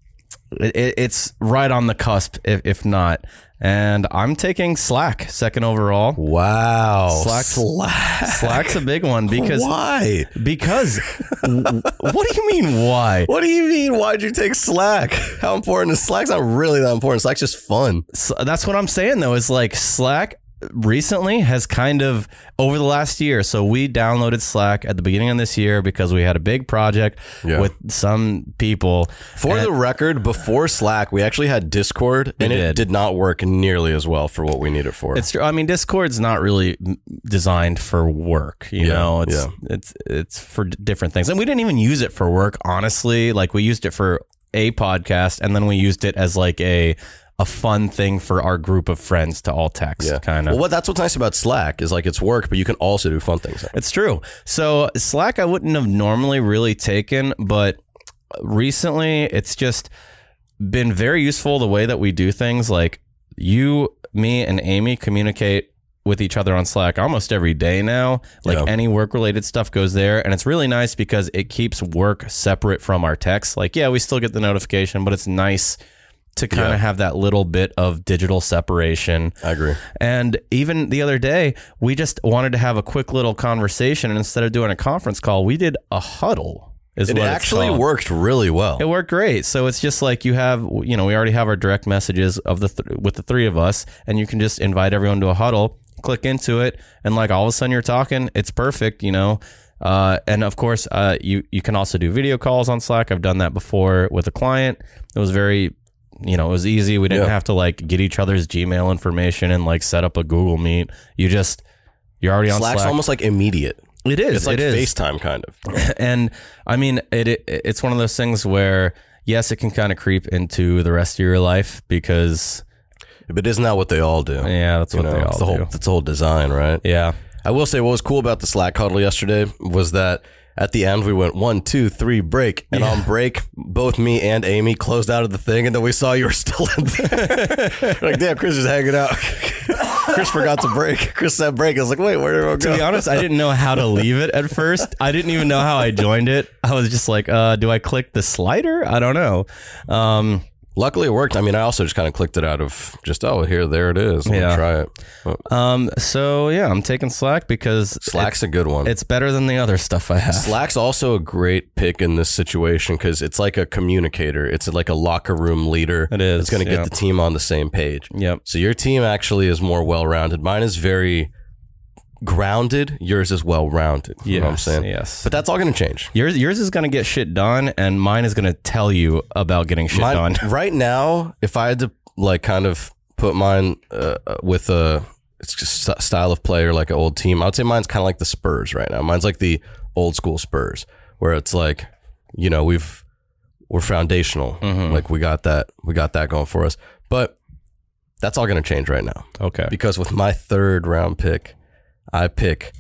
it, it, it's right on the cusp, if, if not. And I'm taking Slack second overall.
Wow,
Slack-
slack.
Slack's a big one because
Why?
because w- what do you mean why?
What do you mean? Why'd you take Slack? How important is Slack's not really that important. Slack's just fun.
S- that's what I'm saying though. Is like Slack recently has kind of over the last year. So we downloaded Slack at the beginning of this year because we had a big project
Yeah.
with some people.
For the record, before Slack, we actually had Discord, and it
did.
did. not work nearly as well for what we need it for.
It's true. I mean, Discord's not really m- designed for work. You
Yeah,
know, it's
yeah.
it's it's for d- different things, and we didn't even use it for work. Honestly, like we used it for a podcast, and then we used it as like a a fun thing for our group of friends to all text, kind of.
Well, what, that's what's nice about Slack is like it's work, but you can also do fun things.
It's true. So Slack, I wouldn't have normally really taken, but recently it's just been very useful the way that we do things. Like you, me, and Amy communicate with each other on Slack almost every day now. Like
Yeah.
any work related stuff goes there. And it's really nice because it keeps work separate from our text. Like, yeah, we still get the notification, but it's nice to kind of
Yeah.
have that little bit of digital separation.
I agree.
And even the other day, we just wanted to have a quick little conversation. And instead of doing a conference call, we did a huddle. Is
It
what it's
actually
called.
worked really well.
It worked great. So it's just like you have, you know, we already have our direct messages of the th- with the three of us, and you can just invite everyone to a huddle, click into it, and like all of a sudden you're talking. It's perfect, you know. Uh, and of course, uh, you you can also do video calls on Slack. I've done that before with a client. It was very, you know, it was easy. We didn't
Yeah.
have to like get each other's Gmail information and like set up a Google Meet. You just you're already on
Slack's
Slack.
almost like immediate.
it is.
It's like
it is.
FaceTime kind of.
and I mean, it, it it's one of those things where yes, it can kind of creep into the rest of your life because
But isn't that what they all do?
yeah, that's
You
what
know,
they
it's
all
the whole
do.
that's the whole design, right?
Yeah,
I will say what was cool about the Slack huddle yesterday was that at the end we went one, two, three, break, and on break both me and Amy closed out of the thing, and then we saw you were still in there. like, damn, Chris is hanging out. Chris forgot to break. Chris said break. I was like, wait, where did everyone
to be
go?
honest, I didn't know how to leave it at first. I didn't even know how I joined it. I was just like, uh, do I click the slider? I don't know. Um,
Luckily, it worked. I mean, I also just kind of clicked it out of just oh here, there it is. Let me
Yeah.
try it. Well,
um, so yeah, I'm taking Slack because
Slack's a good one.
it's better than the other stuff I have.
Slack's also a great pick in this situation because it's like a communicator. It's like a locker room leader.
It is,
It's going to
yeah.
get the team on the same page.
Yep.
So your team actually is more well rounded. Mine is very grounded. Yours is well rounded. You know what I'm
Yes,
saying?
Yes.
But that's all going to change.
yours yours is gonna get shit done, and mine is gonna tell you about getting shit
Mine-
done.
right now, if I had to like kind of put mine uh, uh, with a it's just st- style of play or like an old team, I would say mine's kind of like the Spurs right now. Mine's like the old school Spurs, where it's like, you know, we've we're foundational.
Mm-hmm.
Like we got that, we got that going for us. But that's all going to change right now
Okay.
because with my third round pick, I pick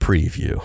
preview.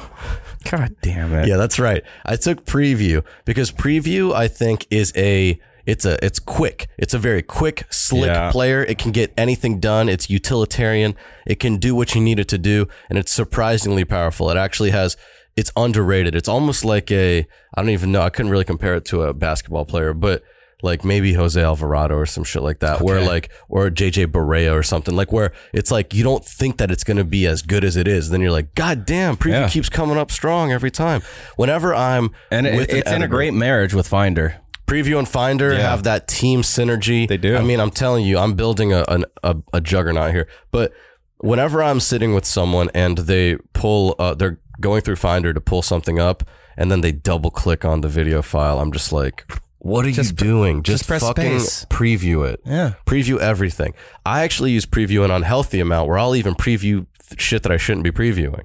God damn it.
Yeah, that's right. I took preview because preview I think is a it's a it's quick. It's a very quick, slick
Yeah.
player. It can get anything done. It's utilitarian. It can do what you need it to do and it's surprisingly powerful. It actually has it's underrated. It's almost like a I don't even know. I couldn't really compare it to a basketball player, but like maybe Jose Alvarado or some shit like that, where like or JJ Barea or something, like where it's like you don't think that it's gonna be as good as it is. Then you're like, God damn, preview
Yeah.
keeps coming up strong every time. Whenever I'm
And it,
with an
it's in a
editor,
great marriage with Finder.
preview and Finder have that team synergy.
They do.
I mean, I'm telling you, I'm building a an, a, a juggernaut here. But whenever I'm sitting with someone and they pull, uh, they're going through Finder to pull something up, and then they double click on the video file. I'm just like. What are you doing? Just,
press
fucking
space.
preview it.
Yeah.
Preview everything. I actually use preview an unhealthy amount where I'll even preview th- shit that I shouldn't be previewing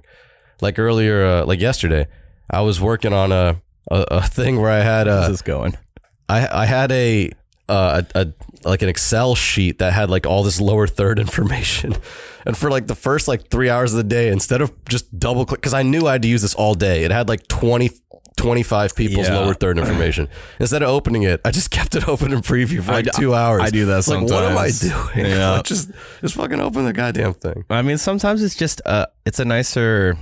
like earlier, uh, like yesterday, I was working on a a, a thing where I had
How's
a
this going?
I I had a, uh, a a like an Excel sheet that had like all this lower third information, and for like the first like three hours of the day, instead of just double click, because I knew I had to use this all day, it had like 20, 25 people's
Yeah.
lower third information. Instead of opening it, I just kept it open in preview for like
d-
two hours.
I do that
It's Like, what am I
sometimes.
doing?
Yeah.
Like, just just fucking open the goddamn thing.
I mean, sometimes it's just uh, it's a nicer,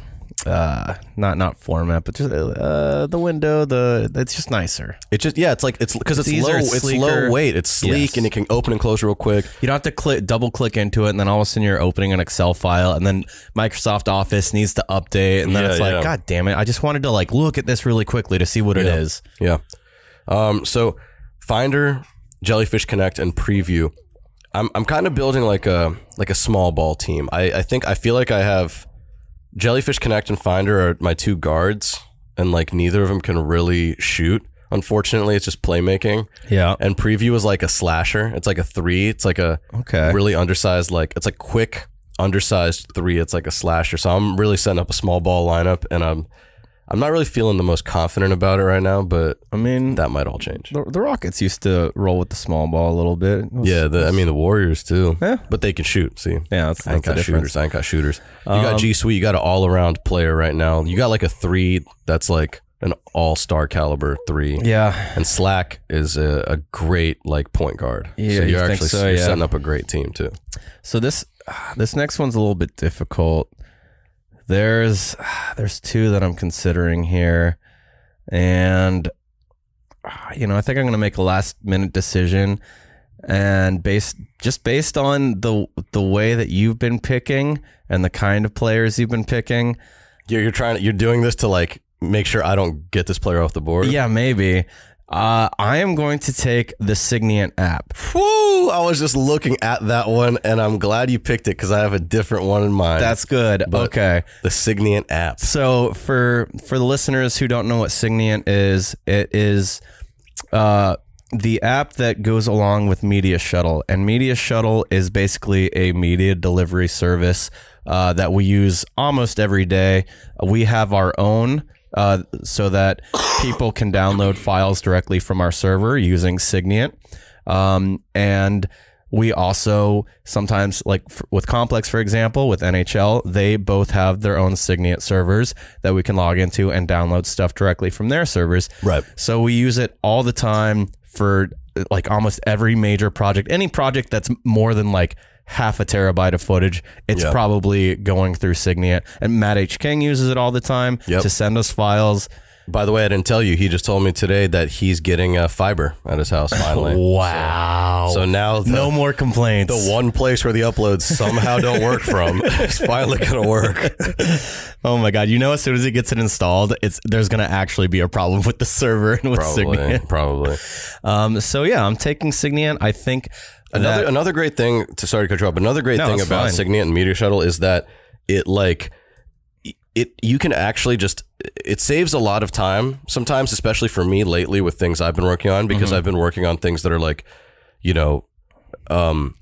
uh, not not format, but just uh, the window. The it's just nicer.
It just yeah, it's like it's because it's,
It's easier,
low,
it's
it's
sleeker.
low weight, it's sleek,
Yes.
and it can open and close real quick.
You don't have to click double click into it, and then all of a sudden you're opening an Excel file, and then Microsoft Office needs to update, and then
Yeah,
it's like,
yeah.
God damn it! I just wanted to like look at this really quickly to see what it is.
Yeah. Um, so Finder, Jellyfish Connect, and Preview. I'm I'm kind of building like a like a small ball team. I, I think I feel like I have Jellyfish Connect and Finder are my two guards, and like neither of them can really shoot. Unfortunately, it's just playmaking.
Yeah.
And Preview is like a slasher. It's like a three. It's like a
Okay.
really undersized like it's like quick undersized three it's like a slasher so i'm really setting up a small ball lineup and i'm i'm not really feeling the most confident about it right now but
I mean,
that might all change
Um, the, the Rockets used to roll with the small ball a little bit. It was-
yeah the, i mean the warriors too
Yeah.
but they can shoot see
Yeah. That's,
I ain't
that's the difference. Um,
got shooters. I ain't got shooters. You got G Sweet. You got an all-around player right now. You got like a three that's like an all-star caliber three.
Yeah.
And Slack is a, a great like point guard.
Yeah,
so
you
you're
think
actually
so,
you're
yeah.
setting up a great team too.
So this this next one's a little bit difficult. There's there's two that I'm considering here, and ah, you know I think I'm gonna make a last minute decision, and based just based on the the way that you've been picking and the kind of players you've been picking,
You're, you're trying. You're doing this to like make sure I don't get this player off the board.
yeah maybe Uh, I am going to take the Signient app.
Woo! I was just looking at that one, and I'm glad you picked it because I have a different one in mind.
That's good.
But-
okay.
the Signient app.
So for for the listeners who don't know what Signient is, it is uh, the app that goes along with Media Shuttle, and Media Shuttle is basically a media delivery service uh, that we use almost every day. We have our own. Uh, so that people can download files directly from our server using Signient, um, and we also sometimes like f- with complex for example with nhl they both have their own signet servers that we can log into and download stuff directly from their servers
Right.
so we use it all the time for like almost every major project any project that's more than like half a terabyte of footage it's
Yeah.
probably going through signet and matt h king uses it all the time
Yep.
to send us files
By the way, I didn't tell you. He just told me today that he's getting uh, fiber at his house finally.
wow
so now the,
no more complaints
the one place where the uploads somehow don't work from is finally going to work.
Oh my god! You know, as soon as it gets it installed, it's there's gonna actually be a problem with the server and with
Probably,
Signian.
probably.
Um, so yeah, I'm taking Signian. I think
Another
that-
another great thing to sorry to cut you off, but another great
No,
thing
it's
about
fine.
Signet and Meteor Shuttle is that it like it you can actually just it saves a lot of time sometimes, especially for me lately with things I've been working on because
Mm-hmm.
I've been working on things that are like, you know, um,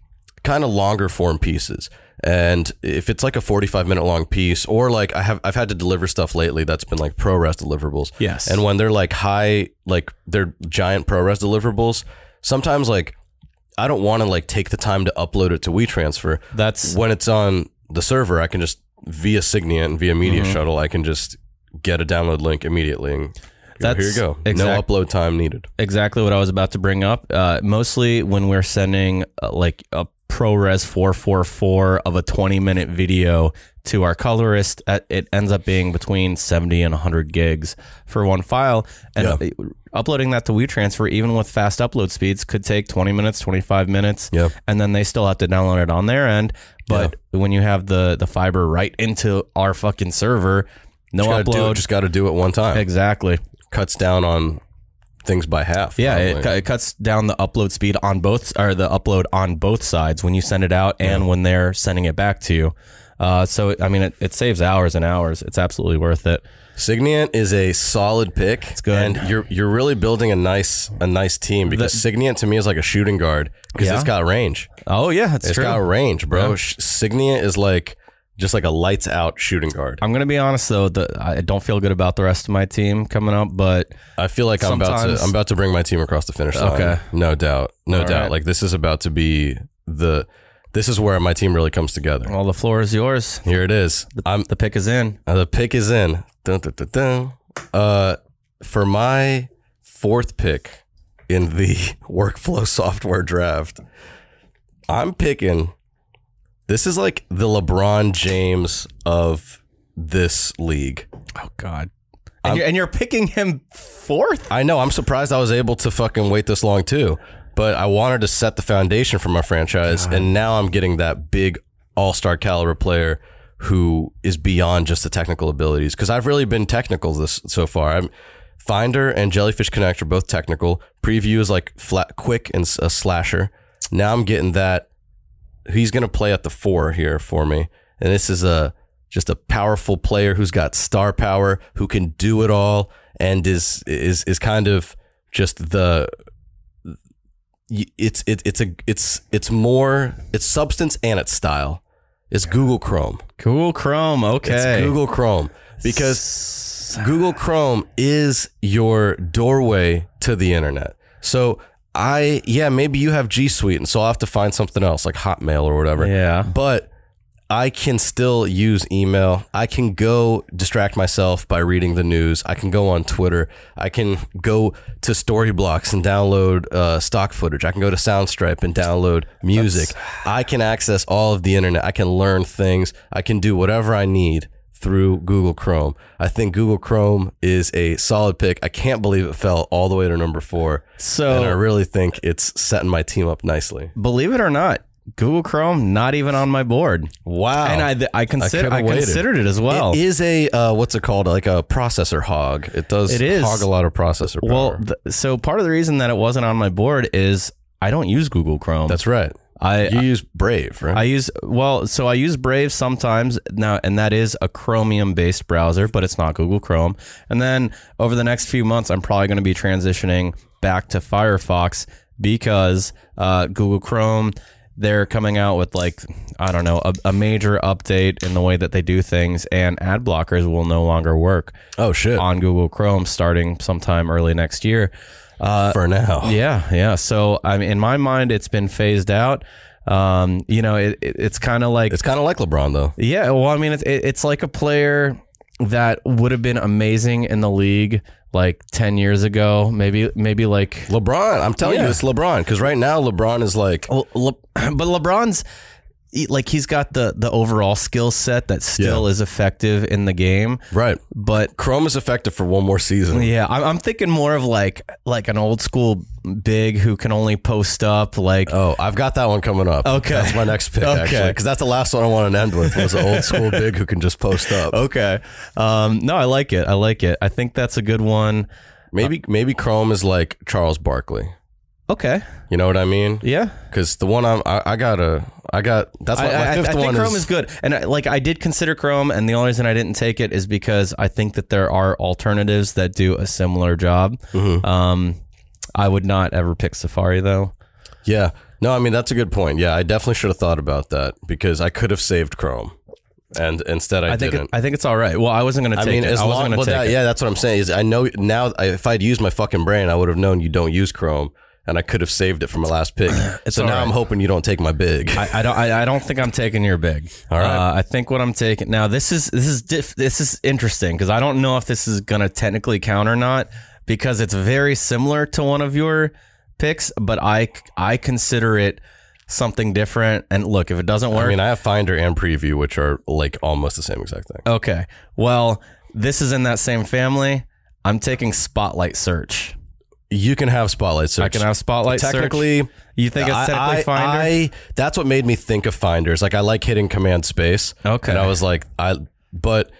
kind of longer form pieces. And if it's like a 45 minute long piece, or like I have, I've had to deliver stuff lately that's been like ProRes deliverables.
Yes.
And when they're like high, like they're giant ProRes deliverables, sometimes like I don't want to like take the time to upload it to WeTransfer.
that's
When it's on the server, I can just via Signia and via
Mm-hmm.
Media Shuttle, I can just get a download link immediately. And go, here
That's
you go.
exact-
no upload time needed.
exactly what I was about to bring up. Uh, mostly when we're sending uh, like a ProRes 444 of a 20 minute video to our colorist, uh, it ends up being between 70 and 100 gigs for one file. And
Yeah.
uh, uploading that to WeTransfer, even with fast upload speeds, could take 20 minutes, 25 minutes.
Yeah.
and then they still have to download it on their end. But when you have the the fiber right into our fucking server, no
Gotta do it,
upload.
just got to do it one time.
Exactly.
cuts down on things by half.
Yeah,
probably.
it, cu- it cuts down the upload speed on both or the upload on both sides when you send it out and when they're sending it back to you. Uh, so I mean, it, it saves hours and hours. It's absolutely worth it.
Signiant is a solid pick. It's
good.
and you're you're really building a nice a nice team because Signiant to me is like a shooting guard because
Yeah.
it's got range.
Oh yeah, it's,
It's
true.
got range, bro. Sh- Signiant is like just like a lights out shooting guard.
I'm gonna be honest though, the, I don't feel good about the rest of my team coming up, but
I feel like I'm about to
Sometimes-
I'm about to bring my team across the finish line.
Okay.
no doubt, no
All
doubt.
right.
Like this is about to be the this is where my team really comes together.
well, the floor is yours.
Here it is. I'm
The pick is in.
Uh, the pick is in. Dun, dun, dun, dun. Uh, for my fourth pick in the workflow software draft, I'm picking. This is like the LeBron James of this league.
Oh God. And you're, and you're picking him fourth.
I know. I'm surprised I was able to fucking wait this long too. But I wanted to set the foundation for my franchise, and now I'm getting that big all-star caliber player who is beyond just the technical abilities. Because I've really been technical this so far. I'm Finder and Jellyfish Connect are both technical. Preview is like flat, quick, and s- a slasher. Now I'm getting that he's going to play at the four here for me. And this is a just a powerful player who's got star power, who can do it all, and is is is kind of just the y- it's it, it's a it's it's more it's substance and it's style. It's Google Chrome.
Cool Chrome. Okay.
It's Google Chrome because Google Chrome is your doorway to the internet. So I, yeah, maybe you have G Suite, and so I'll have to find something else like Hotmail or whatever.
Yeah.
But I can still use email. I can go distract myself by reading the news. I can go on Twitter. I can go to Storyblocks and download uh, stock footage. I can go to Soundstripe and download music. I can access all of the internet. I can learn things. I can do whatever I need through Google Chrome. I think Google Chrome is a solid pick. I can't believe it fell all the way to number four.
So-
and I really think it's setting my team up nicely.
Believe it or not, Google Chrome not even on my board.
Wow.
And I th- I consider
coulda
I,
Oh. waited.
considered it as well.
It is a uh, what's it called? Like a processor hog. It does.
It is.
hog a lot of processor. Power.
well, th- so part of the reason that it wasn't on my board is I don't use Google Chrome.
that's right.
I
You use Brave, right?
I use well, so I use Brave sometimes now, and that is a Chromium-based browser, but it's not Google Chrome. And then over the next few months, I'm probably going to be transitioning back to Firefox because uh, Google Chrome they're coming out with like I don't know a, a major update in the way that they do things, and ad blockers will no longer work
oh shit.
on Google Chrome starting sometime early next year.
For now.
Yeah, yeah. So I mean, in my mind, it's been phased out. Um, you know, it, it, it's kind of like
It's kind of like LeBron though.
yeah. Well, I mean, it's it, it's like a player that would have been amazing in the league like ten years ago, maybe maybe like.
LeBron. I'm telling
Yeah.
you, it's LeBron. Because right now, LeBron is like
Well, Le- but LeBron's he- like he's got the the overall skill set that still is effective in the game,
right.
but.
Chrome is effective for one more season.
Yeah, I'm, I'm thinking more of like like an old school big who can only post up like
Oh, I've got that one coming up.
Okay.
That's my next pick,
Okay.
actually. Because that's the last one I want to end with was an old school big who can just post up.
Okay. Um, no, I like it. I like it. I think that's a good one.
Maybe maybe Chrome is like Charles Barkley.
Okay.
You know what I mean?
Yeah.
Because the one I'm, I, I got a, I got, that's my,
I,
my
I- I
fifth
think
one
Chrome
is,
is, good. And I, like, I did consider Chrome, and the only reason I didn't take it is because I think that there are alternatives that do a similar job.
Mm-hmm.
Um, I would not ever pick Safari, though.
yeah. No, I mean, that's a good point. Yeah, I definitely should have thought about that because I could have saved Chrome. And instead I,
I think, it,
didn't.
I think it's all right. Well, I wasn't going to
I
take
mean,
it.
as
I wasn't
long
gonna
well,
take
that,
it.
yeah, that's what I'm saying. Is I know now I, if I'd used my fucking brain, I would have known you don't use Chrome, and I could have saved it for my last pick. so
all
now
right.
I'm hoping you don't take my big.
I, I don't. I, I don't think I'm taking your big. All
right.
Uh, I think what I'm taking now. This is this is diff, this is interesting because I don't know if this is gonna technically count or not because it's very similar to one of your picks, but I I consider it something different. And look, if it doesn't work,
I mean, I have Finder and Preview, which are like almost the same exact thing.
okay. Well, this is in that same family. I'm taking Spotlight Search.
You can have Spotlight Search.
I can have Spotlight Search.
technically.
You think it's technically
I,
Finder?
I, that's what made me think of Finders. Like I like hitting Command Space.
Okay.
and I was like, I but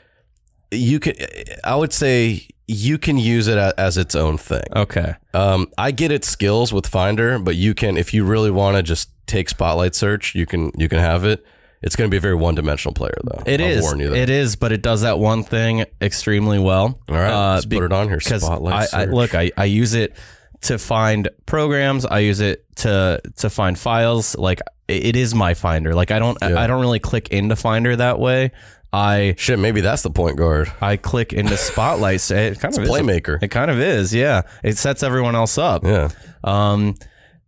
you can. I would say you can use it a- as its own thing.
okay.
Um, I get its skills with Finder, but you can if you really want to just take Spotlight Search, you can you can have it. It's going to be a very one dimensional player though.
It
I'll
is.
warn you that.
It is, but it does that one thing extremely well.
All right,
Uh,
let's
be-
put it on here.
because
Spotlight
I, I
Search.
look I, I use it to find programs i use it to to find files like it it is my finder like i don't i don't really click into finder that way i
Shit, maybe that's the point guard.
i click into spotlight so it kind of is a-
Playmaker.
it kind of is yeah it sets everyone else up
Yeah.
um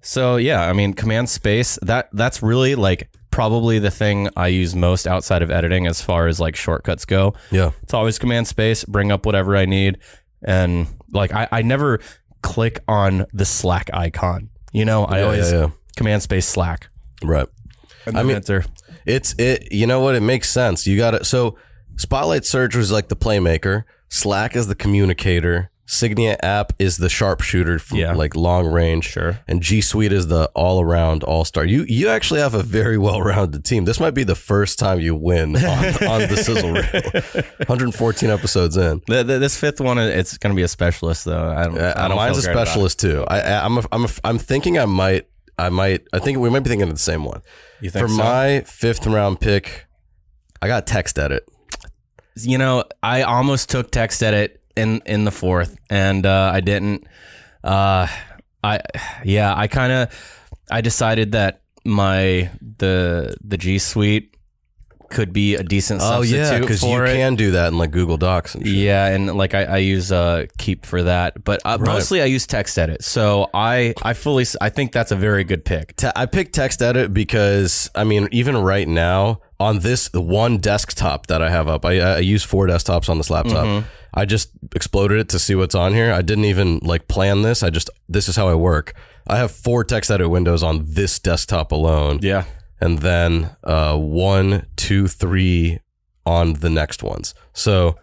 so yeah i mean command space that that's really like probably the thing i use most outside of editing as far as like shortcuts go
Yeah.
it's always command space, bring up whatever I need. And like, I, I never click on the Slack icon. You know, I
Yeah,
always
yeah, yeah.
command space Slack.
Right.
And I
mean-
enter.
It's it you know what? It makes sense. You got it. So Spotlight Search was like the playmaker, Slack is the communicator, Signia app is the sharpshooter from
Yeah.
like long range.
Sure.
And G Suite is the all around all star. You you actually have a very well rounded team. This might be the first time you win on, on the sizzle reel. 114 episodes in.
Th- th- this fifth one, it's going to be a specialist though. I don't, I
Uh,
don't
mine's a
feel great about
specialist too. I, I I'm a, I'm a, I'm thinking I might I might I think we might be thinking of the same one.
it. You think
For
so?
my fifth round pick, I got text edit.
you know, I almost took text edit in, in the fourth and, uh, I didn't, uh, I, yeah, I kind of, I decided that my, the, the G suite could be a decent substitute
because Oh, you
for it.
can do that in like Google Docs and shit.
Yeah, and like I, I use uh, Keep for that, but uh, mostly I use text edit. So I I fully s- I think that's a very good pick.
Te- I picked text edit because I mean, even right now on this one desktop that I have up, I, I use four desktops on this laptop. I just exploded it to see what's on here. I didn't even like plan this. I just this is how I work. I have four text edit windows on this desktop alone,
Yeah,
and then uh, one, two, three on the next ones. So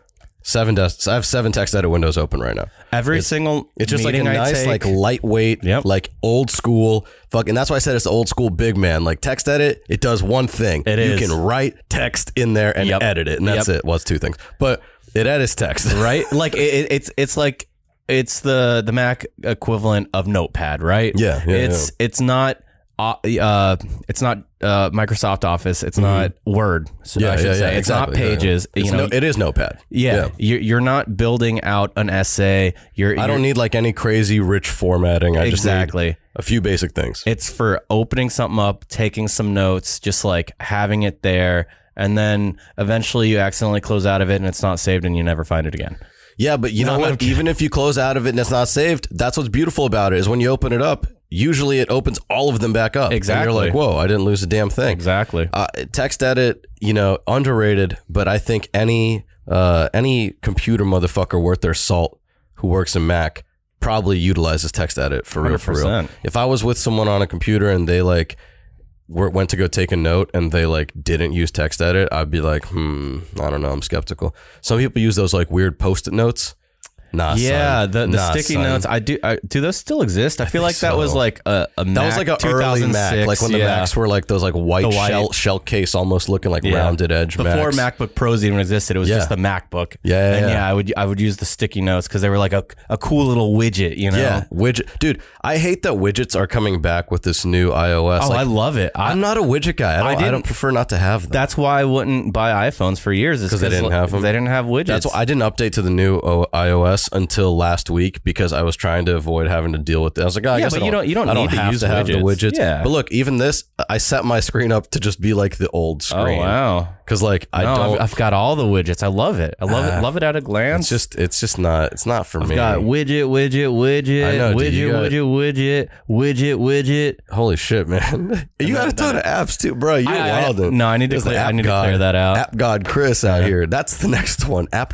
Seven desks. I have seven text edit windows open right now.
Every single
It's just like a
meeting I
nice,
take-
like lightweight,
Yep.
like old school. Fuck, and that's why I said it's the old school big man. Like text edit, it does one thing.
It
you
is.
can write text in there and
Yep.
edit it, and that's
Yep.
it. Was two things, but it edits text.
right? Like it, it, it's it's like it's the the Mac equivalent of Notepad, right?
Yeah, yeah,
it's it's not uh, uh it's not uh Microsoft Office. It's not Word. So I should say it's
exactly,
not
Mm-hmm. yeah.
Pages.
It's
You know,
no- it is Notepad.
yeah, You're, you're not building out an essay. You're
I don't need like any crazy rich formatting. I
you're-
just need
exactly.
a few basic things.
It's for opening something up, taking some notes, just like having it there. And then eventually you accidentally close out of it and it's not saved and you never find it again.
Yeah, but you know what? Even if you close out of it and it's not saved, that's what's beautiful about it is when you open it up, usually it opens all of them back up. And
Exactly.
you're like, whoa, I didn't lose a damn thing.
Exactly.
Uh, text edit, you know, underrated, but I think any uh, any computer motherfucker worth their salt who works in Mac probably utilizes text edit for real, for real.
100%.
If I was with someone on a computer and they like were, went to go take a note and they like didn't use text edit, I'd be like, hmm, I don't know, I'm skeptical. Some people use those like weird post-it notes. Nah,
Yeah,
son.
the, the
Nah,
sticky
son.
notes. I do. I, do those still exist? I, feel
think
like that was
so.
like a, a
That was like an early Mac, like when the Macs were like those like white,
white-
shell shell case, almost looking like
Yeah.
rounded edge.
before
Macs.
MacBook Pros even existed. It was
Yeah.
just the MacBook.
Yeah, yeah,
and
yeah.
yeah, I would I would use the sticky notes because they were like a, a cool little widget. You know.
Yeah, widget, dude. I hate that widgets are coming back with this new iOS.
Oh,
like,
I love it. I,
I'm not a widget guy. I don't, I,
didn't-
don't prefer not to have them.
that's why I wouldn't buy iPhones for years. Because
they didn't have 'em.
They didn't have widgets.
That's why I didn't update to the new o- iOS until last week because I was trying to avoid having to deal with it. I was like, oh, I
Yeah,
guess
but
I
you don't- you don't
I don't
need to
have
use
to have the
widgets.
widgets.
Yeah.
But look, even this, I set my screen up to just be like the old
oh
screen.
wow.
Because like I
no,
don't. Ah,
I've, I've got all the widgets. I love it. I love it. Love it at a glance.
it's just it's just not it's not for me.
got widget, widget, widget,
I know,
widget,
dude, you got-
widget, widget, widget, widget.
Holy shit, man! you got a ton of apps too, bro. You're
I- I-
wild.
no, I need to clear- I need to clear that out.
App God Chris out here. That's the next one. App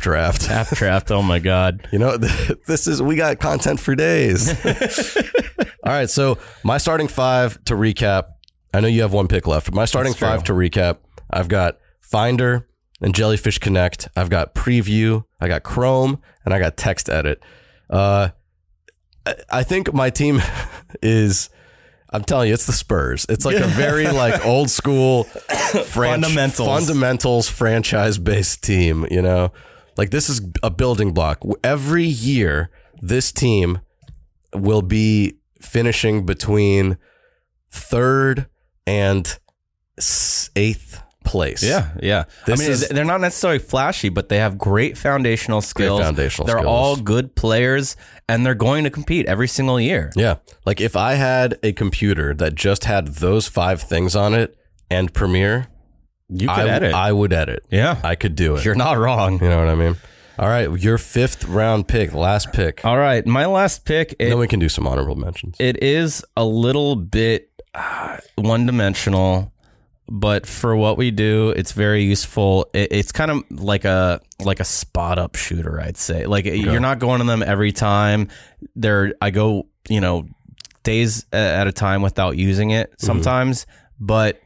draft.
App draft. Oh my god.
You know, this is we got content for days. All right, so my starting five to recap. I know you have one pick left. My starting
That's true.
five to recap. I've got Finder and Jellyfish Connect. I've got Preview. I got Chrome, and I got Text Edit. Uh, I- I think my team is. I'm telling you, it's the Spurs. It's like a very like old school franch-
Fundamentals.
fundamentals franchise based team. You know, like this is a building block. Every year, this team will be finishing between third and s- eighth place.
Yeah, yeah.
This
I mean,
is-
they're not necessarily flashy, but they have great foundational skills.
foundational
they're
skills.
all good players, and they're going to compete every single year.
Yeah. Like if I had a computer that just had those five things on it and Premiere,
You
I, I would edit.
yeah,
I could do it.
you're not wrong.
You know what I mean? All right, your fifth round pick, last pick.
All right, my last pick. It,
then we can do some honorable mentions.
it is a little bit uh, one dimensional, but for what we do, it's very useful. It, it's kind of like a like a spot up shooter, I'd say. Like you're not going to them every time. There, I go, you know, days a- at a time without using it sometimes, but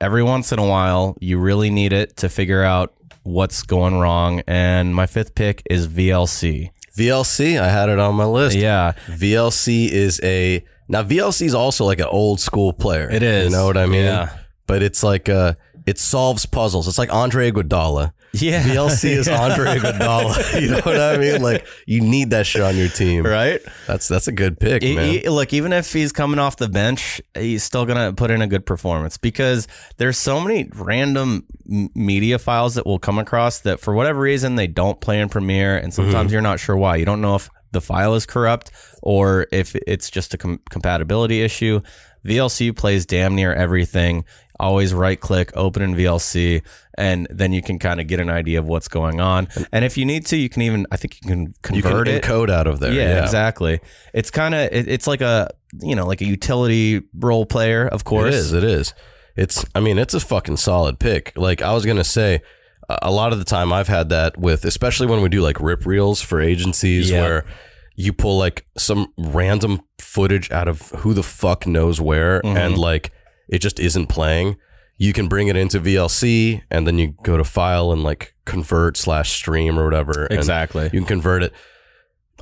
every once in a while, you really need it to figure out what's going wrong. And my fifth pick is VLC.
VLC, I had it on my list.
Yeah.
VLC is a now VLC is also like an old school player.
It is.
You know what I mean?
Yeah.
But it's like uh it solves puzzles. It's like Andre Iguodala.
Yeah.
VLC is Andre Iguodala. You know what I mean? Like you need that shit on your team.
Right?
That's that's a good pick,
E-
man.
e- look, even if he's coming off the bench, he's still gonna put in a good performance because there's so many random m- media files that will come across that for whatever reason they don't play in Premiere, and sometimes you're not sure why. You don't know if the file is corrupt or if it's just a com- compatibility issue. VLC plays damn near everything. Always right click, open in VLC, and then you can kind of get an idea of what's going on. And if you need to, you can even I think you can
you can
convert it.
encode out of there.
Yeah, exactly. It's kind of it, it's like a you know like a utility role player, of course.
It is. It is. It's. I mean, it's a fucking solid pick. Like I was gonna say, a a lot of the time I've had that with, especially when we do like rip reels for agencies
Yeah.
where you pull like some random
Mm-hmm.
footage out of who the fuck knows where, and like it just isn't playing. you can bring it into VLC and then you go to file and like convert slash stream or whatever. and
Exactly.
you can convert it.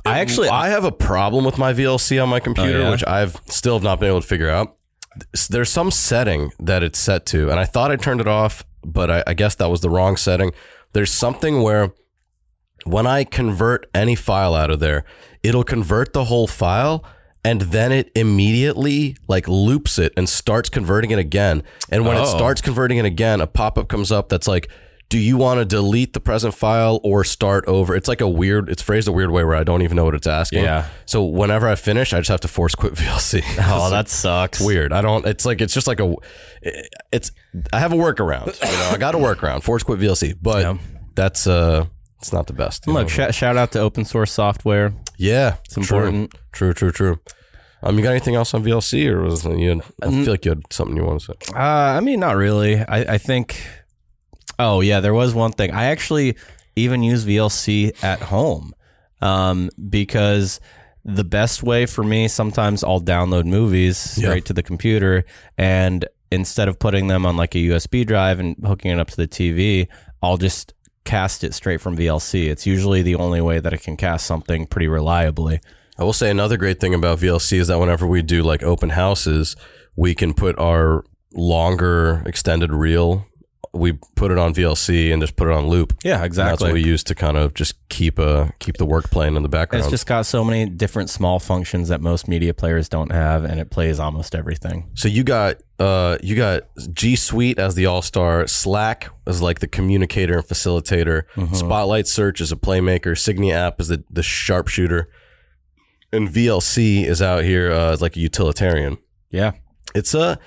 I actually-
I have a problem with my VLC on my computer,
Oh, yeah?
which I've still have not been able to figure out. S- There's some setting that it's set to, and I thought I turned it off, but I, I guess that was the wrong setting. There's something where when I convert any file out of there, it'll convert the whole file and then it immediately like loops it and starts converting it again. And when
Oh.
it starts converting it again, a pop up comes up that's like, do you want to delete the present file or start over? It's like a weird, it's phrased a weird way where I don't even know what it's asking.
Yeah.
So whenever I finish, I just have to force quit VLC.
Oh, that sucks.
weird. I don't. It's like it's just like a. It's I have a workaround. You know, I got a workaround. Force quit VLC, but
Yeah.
that's uh, it's not the best. you
Look,
know?
sh- shout out to open source software.
yeah, it's
important.
True, true, true. Um, you got anything else on VLC, or was it- you? I
Mm.
feel like you had something you want to say.
Uh, I mean, not really. I, I think. Oh yeah, there was one thing. I actually even use VLC at home um, because the best way for me sometimes I'll download movies straight to the computer, and instead of putting them on like a USB drive and hooking it up to the TV, I'll just cast it straight from VLC. It's usually the only way that I can cast something pretty reliably.
I will say another great thing about VLC is that whenever we do like open houses, we can put our longer extended reel. We put it on VLC and just put it on loop.
Yeah,
And that's what we use to kind of just keep uh keep the work playing in the background.
It's just got so many different small functions that most media players don't have, and it plays almost everything.
so you got uh you got G Suite as the all star, Slack as like the communicator and facilitator,
Mm-hmm.
Spotlight Search is a playmaker, Signia app is the the sharpshooter, and VLC is out here uh, as like a utilitarian.
Yeah,
It's a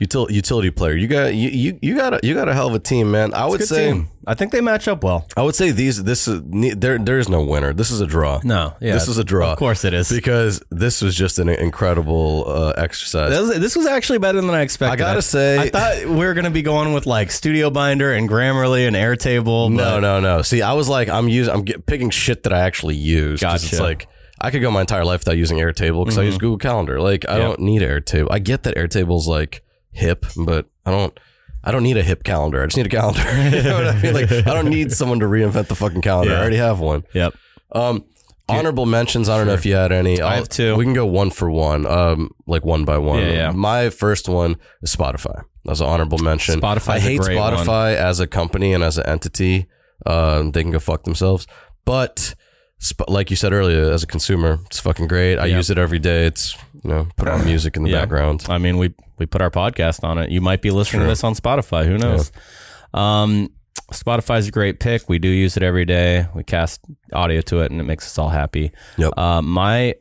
util- utility player. You got you, you you got a, you got a hell of a team, man. I would say
I think they match up well.
I would say these this is ne- there there is no winner. This is a draw.
No, yeah,
This is a draw.
Of course, it is.
because this was just an incredible uh, exercise.
This this was actually better than I expected.
I gotta say-
I thought we were gonna be going with like Studio Binder and Grammarly and Airtable.
No, no, no. See, I was like, I'm using, I'm get, picking shit that I actually use. 'cause It's
Gotcha. Mm-hmm.
like I could go my entire life without using Airtable because I use Google Calendar. Like I don't need Airtable. I get that Airtable's like hip, but I don't. I don't need a hip calendar. I just need a calendar. you know what I mean? Like I don't need someone to reinvent the fucking calendar. I
Yeah.
already have one.
Yep.
Um, honorable mentions. I don't know if you had any. I'll-
have two.
We can go one for one. Um, like one by one.
Yeah, yeah.
My first one is Spotify. That's an honorable mention.
Spotify's
I
a
hate
great
Spotify as a company and as an entity. Um, they can go fuck themselves. But sp- like you said earlier, as a consumer, it's fucking great. I
Yeah.
use it every day. It's you know put on music in the
Yeah. Uh,
background.
I mean, we we put our podcast on it. You might be listening to this on Spotify. Who knows? Um, Spotify's a great pick. We do use it every day. We cast audio to it, and it makes us all happy.
Yep.
Uh, my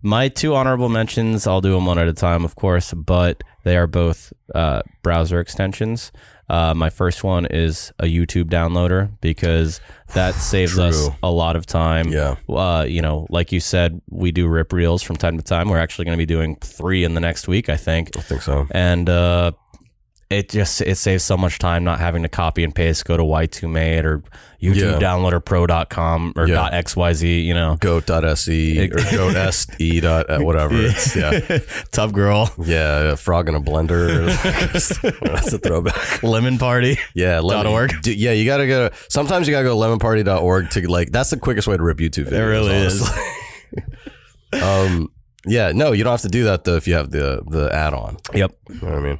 my two honorable mentions. I'll do them one at a time, of course, but they are both uh, browser extensions. Uh, my first one is a YouTube downloader because that saves us
True.
a lot of time
Yeah.
uh, you know, like you said, we do rip reels from time to time. We're actually going to be doing three in the next week, I think.
I think so.
And uh, it just it saves so much time not having to copy and paste, go to Y2Mate or
Yeah.
YouTube downloader pro.com or
Yeah.
dot XYZ, you know.
Goat.se or goat.se dot uh, whatever. It's, yeah.
Tub girl,
Yeah, a frog in a blender. That's a throwback.
lemon party.
Yeah, lemon,
org.
Dude, yeah, you gotta go. Sometimes you gotta go lemonparty.org to like. That's the quickest way to rip YouTube. Videos,
It really is.
honestly. Um, yeah, no, you don't have to do that though if you have the the add on.
Yep.
You know what I mean?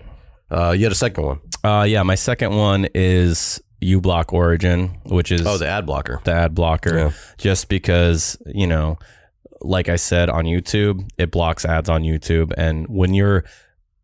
Uh, you had a second one.
Uh, yeah, my second one is uBlock Origin, which is
Oh, the ad blocker.
the ad blocker
Yeah.
just because you know like i said on youtube it blocks ads on youtube and when you're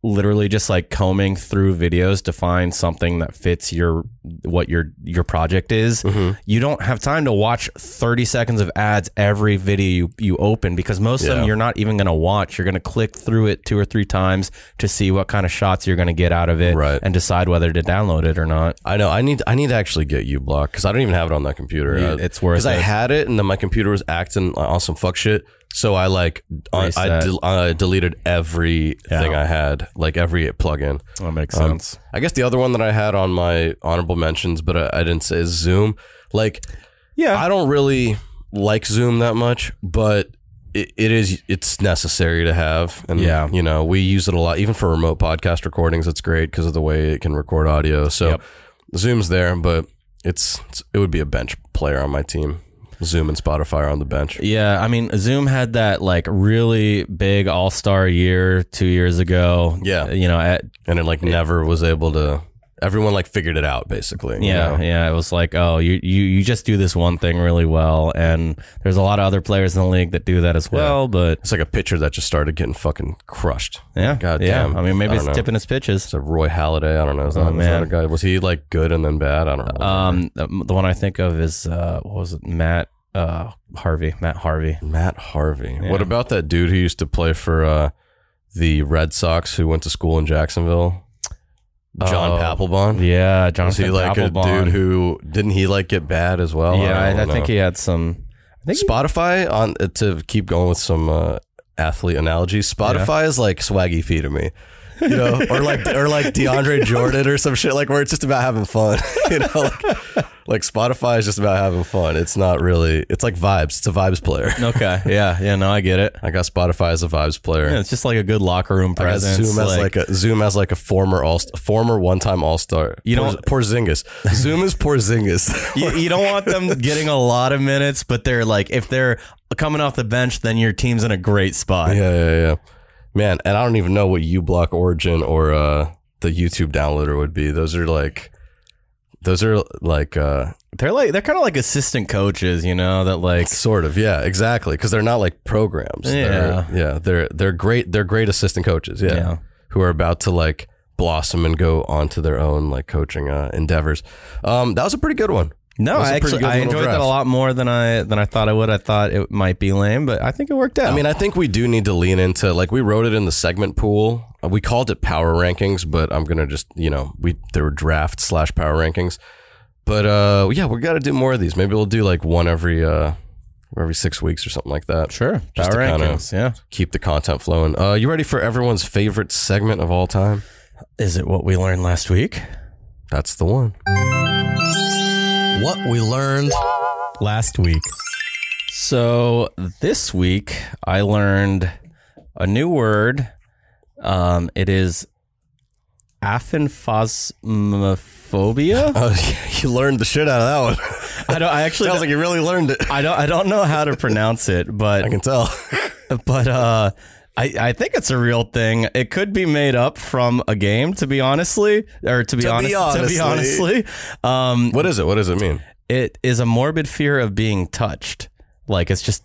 literally just like combing through videos to find something that fits your what your your project is you don't have time to watch 30 seconds of ads every video you, you open because most of
Yeah.
them you're not even going to watch you're going to click through it two or three times to see what kind of shots you're going to get out of it
Right.
and decide whether to download it or not
I know. I need. I need to actually get U Block because I don't even have it on that computer.
Yeah,
Uh,
it's worth
I
it.
had it, and then my computer was acting on some fuck shit. So I like I, I,
Reset.
del- I deleted everything
Yeah.
I had, like every plugin.
that makes
Um,
sense
I guess the other one that I had on my honorable mentions, but I, I didn't say is Zoom. Like,
yeah
I don't really like Zoom that much, but it, it is it's necessary to have and
Yeah.
you know we use it a lot even for remote podcast recordings it's great because of the way it can record audio so
Yep.
zoom's there but it's, it's it would be a bench player on my team zoom and spotify are on the bench
Yeah, I mean, Zoom had that like really big all star year two years ago.
Yeah. Oh,
you know, at,
and it like never was able to everyone like figured it out basically you
yeah,
know?
yeah. It was like, oh, you, you you just do this one thing really well, and there's a lot of other players in the league that do that as well. But
it's like a pitcher that just started getting fucking crushed
yeah,
god
yeah.
damn
I mean, maybe
don't
it's
know.
tipping his pitches.
it's a roy halladay i don't know is that, is that
Oh, man.
a guy was he like good and then bad i don't know
Um, the the one I think of is uh, what was it, Matt uh Harvey, Matt Harvey.
Matt Harvey. What about that dude who used to play for uh, the Red Sox who went to school in Jacksonville? John
Oh,
Papelbon.
Yeah,
Was
Jonathan
he like a
Papelbon.
dude who didn't he like get bad as well?
yeah, I, I
don't
think
know.
he had some. I think he-
Spotify on uh, to keep going with some uh, athlete analogies. Spotify is like swaggy fee to me. You know, or like or like DeAndre Jordan or some shit like where it's just about having fun. you know, like, like Spotify is just about having fun. It's not really. It's like vibes. It's a vibes player.
okay, yeah, yeah. No, I get it.
I got Spotify as a vibes player.
Yeah, it's just like a good locker room
I got
presence.
Zoom as like, a Zoom as like a former all former one time all star.
You know-
Porzingis. Zoom is Porzingis.
you, you don't want them getting a lot of minutes, but they're like if they're coming off the bench, then your team's in a great spot.
yeah, yeah, yeah. Man, and I don't even know what uBlock Origin or uh, the YouTube downloader would be. Those are like, those are like, uh,
They're like they're kind of like assistant coaches, you know, that like
sort of, yeah, exactly, because they're not like programs. They're- yeah, they're they're great. They're great assistant coaches. Yeah,
Yeah.
who are about to like blossom and go onto their own like coaching uh, endeavors. Um, that was a pretty good one.
no,
That's
I
a pretty
actually
good
I
little
enjoyed
draft.
that a lot more than I than I thought I would. I thought it might be lame, but I think it worked out.
I mean, I think we do need to lean into like we wrote it in the segment pool. Uh, We called it power rankings, but I'm gonna just you know we there were draft slash power rankings. But uh, yeah, we got to do more of these. Maybe we'll do like one every uh every six weeks or something like that.
sure,
Just
power
to kinda-
rankings, yeah.
Keep the content flowing. Uh, you ready for everyone's favorite segment of all time?
Is it what we learned last week?
That's the one. What we learned.
Last week. So this week I learned a new word. Um, it is aphanphosmophobia.
Oh, you learned the shit out of that one.
I don't. I actually.
Sounds like you really learned it.
I don't. I don't know how to pronounce it,
I
but
can tell.
but uh, I I think it's a real thing. It could be made up from a game, to be honestly, or to be
To
honest,
be
to be honestly,
honestly.
um,
What is it? What does it mean?
it is a morbid fear of being touched. Like it's just.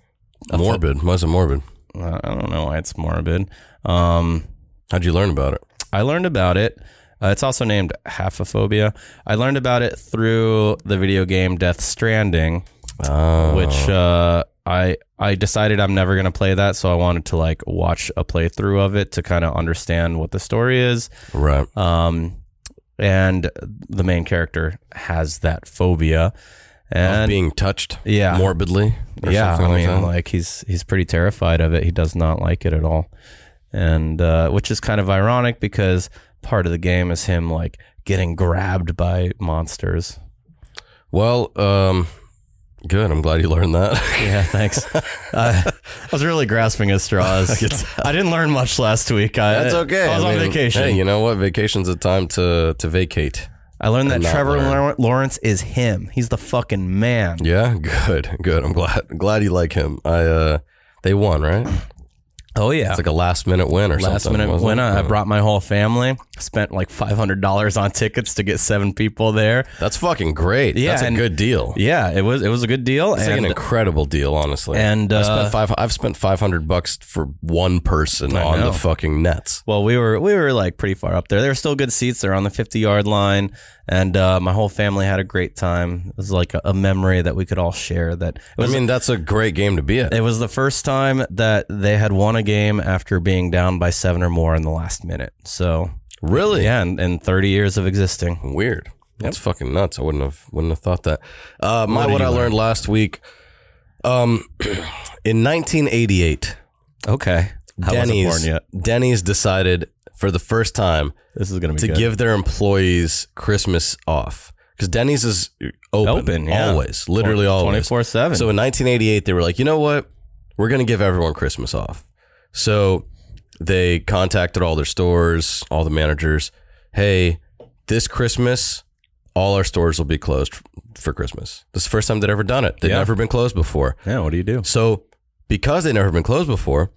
Morbid. Why is it morbid?
I don't know why it's morbid. Um,
How'd you learn about it?
I learned about it. Uh, it's also named haphophobia. I learned about it through the video game Death Stranding.
Oh.
which uh, I I decided I'm never gonna play that, so I wanted to like watch a playthrough of it to kind of understand what the story is.
right.
Um, and the main character has that phobia,
of
and
being touched
yeah,
morbidly. or
yeah. I
something
mean,
that.
like he's he's pretty terrified of it. He does not like it at all, and uh, which is kind of ironic because part of the game is him like getting grabbed by monsters.
well, um, good. I'm glad you learned that.
Yeah, thanks. uh, I was really grasping at straws. I didn't learn much last week. I,
That's okay.
I was on
mean,
vacation.
Hey, you know what? Vacation's a time to to vacate.
I learned that
not
Trevor
learn.
Lawren- Lawrence is him. He's the fucking man.
Yeah, good, good. I'm glad glad you like him. I uh, they won, right?
Oh yeah.
It's like a last minute win uh, or
Last
something.
minute
wasn't
winner.
it?
I
Yeah.
brought my whole family. Spent like five hundred dollars on tickets to get seven people there.
That's fucking great.
Yeah,
Yeah, that's a
and-
good deal.
Yeah, it was it was a good deal.
It's like
and
an incredible deal, honestly.
and
I
uh,
spent five. I've spent five hundred bucks for one person on
know.
the fucking nets.
Well, we were we were like pretty far up there. They were still good seats. They're on the fifty yard line, and uh, my whole family had a great time. It was like a, a memory that we could all share. That it
I
was,
mean, that's a great game to be at.
it was the first time that they had won a game after being down by seven or more in the last minute. So
Really?
yeah, and, and thirty years of existing.
Weird. That's fucking nuts. I wouldn't have wouldn't have thought that. Uh, my
did
what
you
I learned last week. Um, in 1988,
Okay, I wasn't born
Denny's
yet.
Denny's decided for the first time
This is gonna be
to
good.
give their employees Christmas off because Denny's is open,
Open, yeah.
always, literally always.
twenty four seven.
So in 1988, they were like, you know what? we're going to give everyone Christmas off. So they contacted all their stores, all the managers. Hey, this Christmas, all our stores will be closed f- for Christmas. This is the first time they'd ever done it. They'd
Yeah.
never been closed before.
Yeah, what do you do?
So, because they've never been closed before,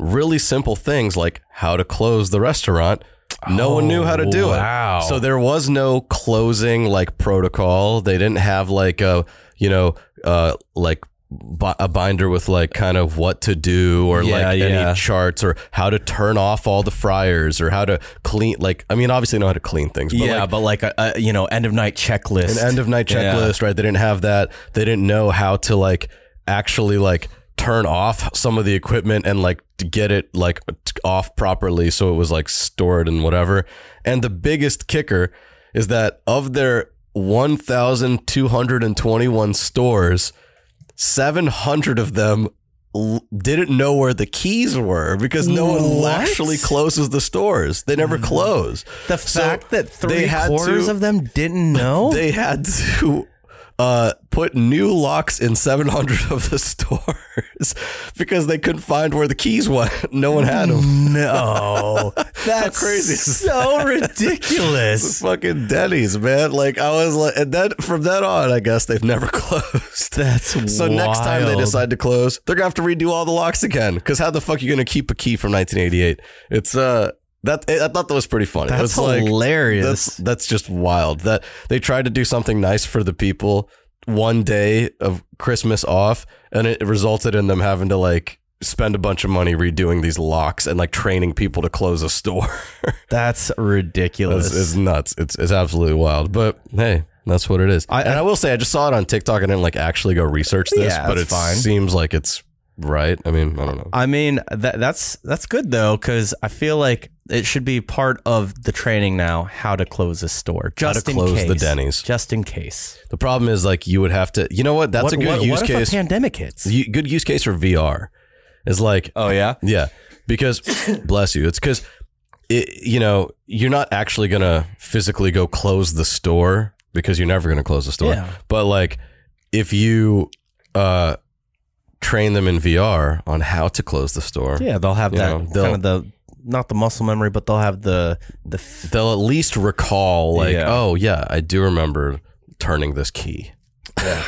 really simple things like how to close the restaurant, no one knew how to do
Oh, wow.
it. So there was no closing like protocol. They didn't have like a you know uh, like bi- a binder with like kind of what to do or
Yeah,
like
yeah.
any charts or how to turn off all the fryers or how to clean like I mean obviously they know how to clean things but
yeah,
like
but like a, a you know end of night checklist.
an end of night
Yeah.
checklist, right? They didn't have that. They didn't know how to like actually like turn off some of the equipment and like to get it like t- off properly so it was like stored and whatever. And the biggest kicker is that of their 1221 stores, 700 of them l- didn't know where the keys were because no one
What? Mm.
actually closes the stores. They never close.
The
So
fact that
they
three
had
quarters
to-
of them didn't know.
they had to uh, put new locks in 700 of the stores because they couldn't find where the keys went. No one had
Mm.
them.
no, that's
crazy is
So ridiculous.
Fucking Denny's, man. Like I was like, and then from then on, I guess they've never closed.
That's
So next time they
wild.
decide to close, they're gonna have to redo all the locks again. Because how the fuck are you gonna keep a key from 1988? It's uh that I thought that was pretty funny.
That's
It's like,
hilarious.
That's that's just wild. That they tried to do something nice for the people one day of Christmas off, and it resulted in them having to like spend a bunch of money redoing these locks and like training people to close a store.
That's
it's,
ridiculous.
it's nuts. It's it's absolutely wild. But hey. That's what it is.
I-
and I will say, I just saw it on TikTok. I didn't like actually go research this,
Yeah,
but
that's
it
fine.
seems like it's right. I mean, I don't know.
I mean that that's that's good though because I feel like it should be part of the training now how to close a store just in
close the
case.
Denny's.
just in case.
The problem is like you would have to. You know what? That's
what,
a good
what-
use
what
case.
If a pandemic hits.
you- good use case for VR is like
oh yeah.
yeah, because bless you. It's because it, you know you're not actually gonna physically go close the store because you're never gonna close the store.
Yeah.
But like if you uh, train them in VR on how to close the store,
Yeah, they'll have
You
that
know,
kind of the not the muscle memory, but they'll have the the f-
they'll at least recall like
Yeah.
oh yeah, I do remember turning this key. Yeah.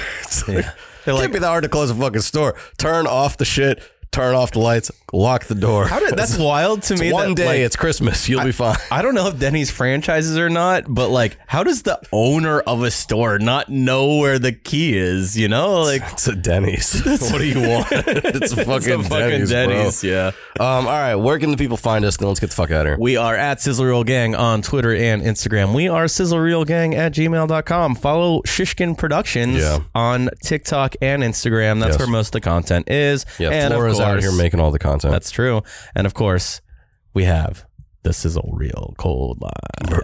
they're
It
like
can't be that hard to close a fucking store. Turn off the shit. Turn off the lights. Lock the door.
how did, that's wild to me.
one
that,
day
like,
it's Christmas. You'll be fine.
I don't know if Denny's franchises or not, but like, how does the owner of a store not know where the key is? You know, like
It's a Denny's. what do you want? It's a fucking,
it's a
Denny's, bro.
yeah.
Um, all right, where can the people find us? Then let's get the fuck out of here.
We are at Sizzle Reel Gang on Twitter and Instagram. We are Sizzle Reel Gang at gmail.com. Follow Shishkin Productions
Yeah.
on TikTok and Instagram. That's
Yes.
where most of the content is.
Yeah,
and of
Flora's out
course-
here making all the content.
That's true. And of course, we have the Sizzle Reel Cold Line.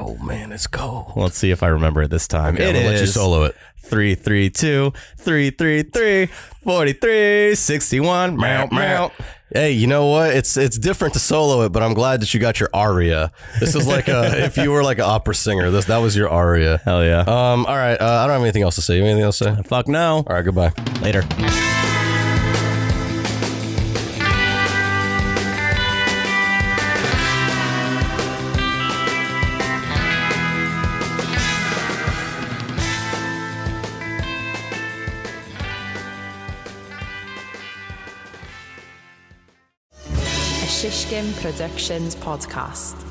oh man, it's cold.
Let's see if I remember it this time.
Yeah, I'm
It
gonna let you
is-
solo it.
332 333 43 61 meow meow
Hey, you know what? It's it's different to solo it, but I'm glad that you got your aria. This is like a, if you were like an opera singer. This that was your aria.
hell yeah
Um, all right. Uh, I don't have anything else to say. You have anything else to say?
fuck no
All right. Goodbye.
later
A Shishkin Productions podcast.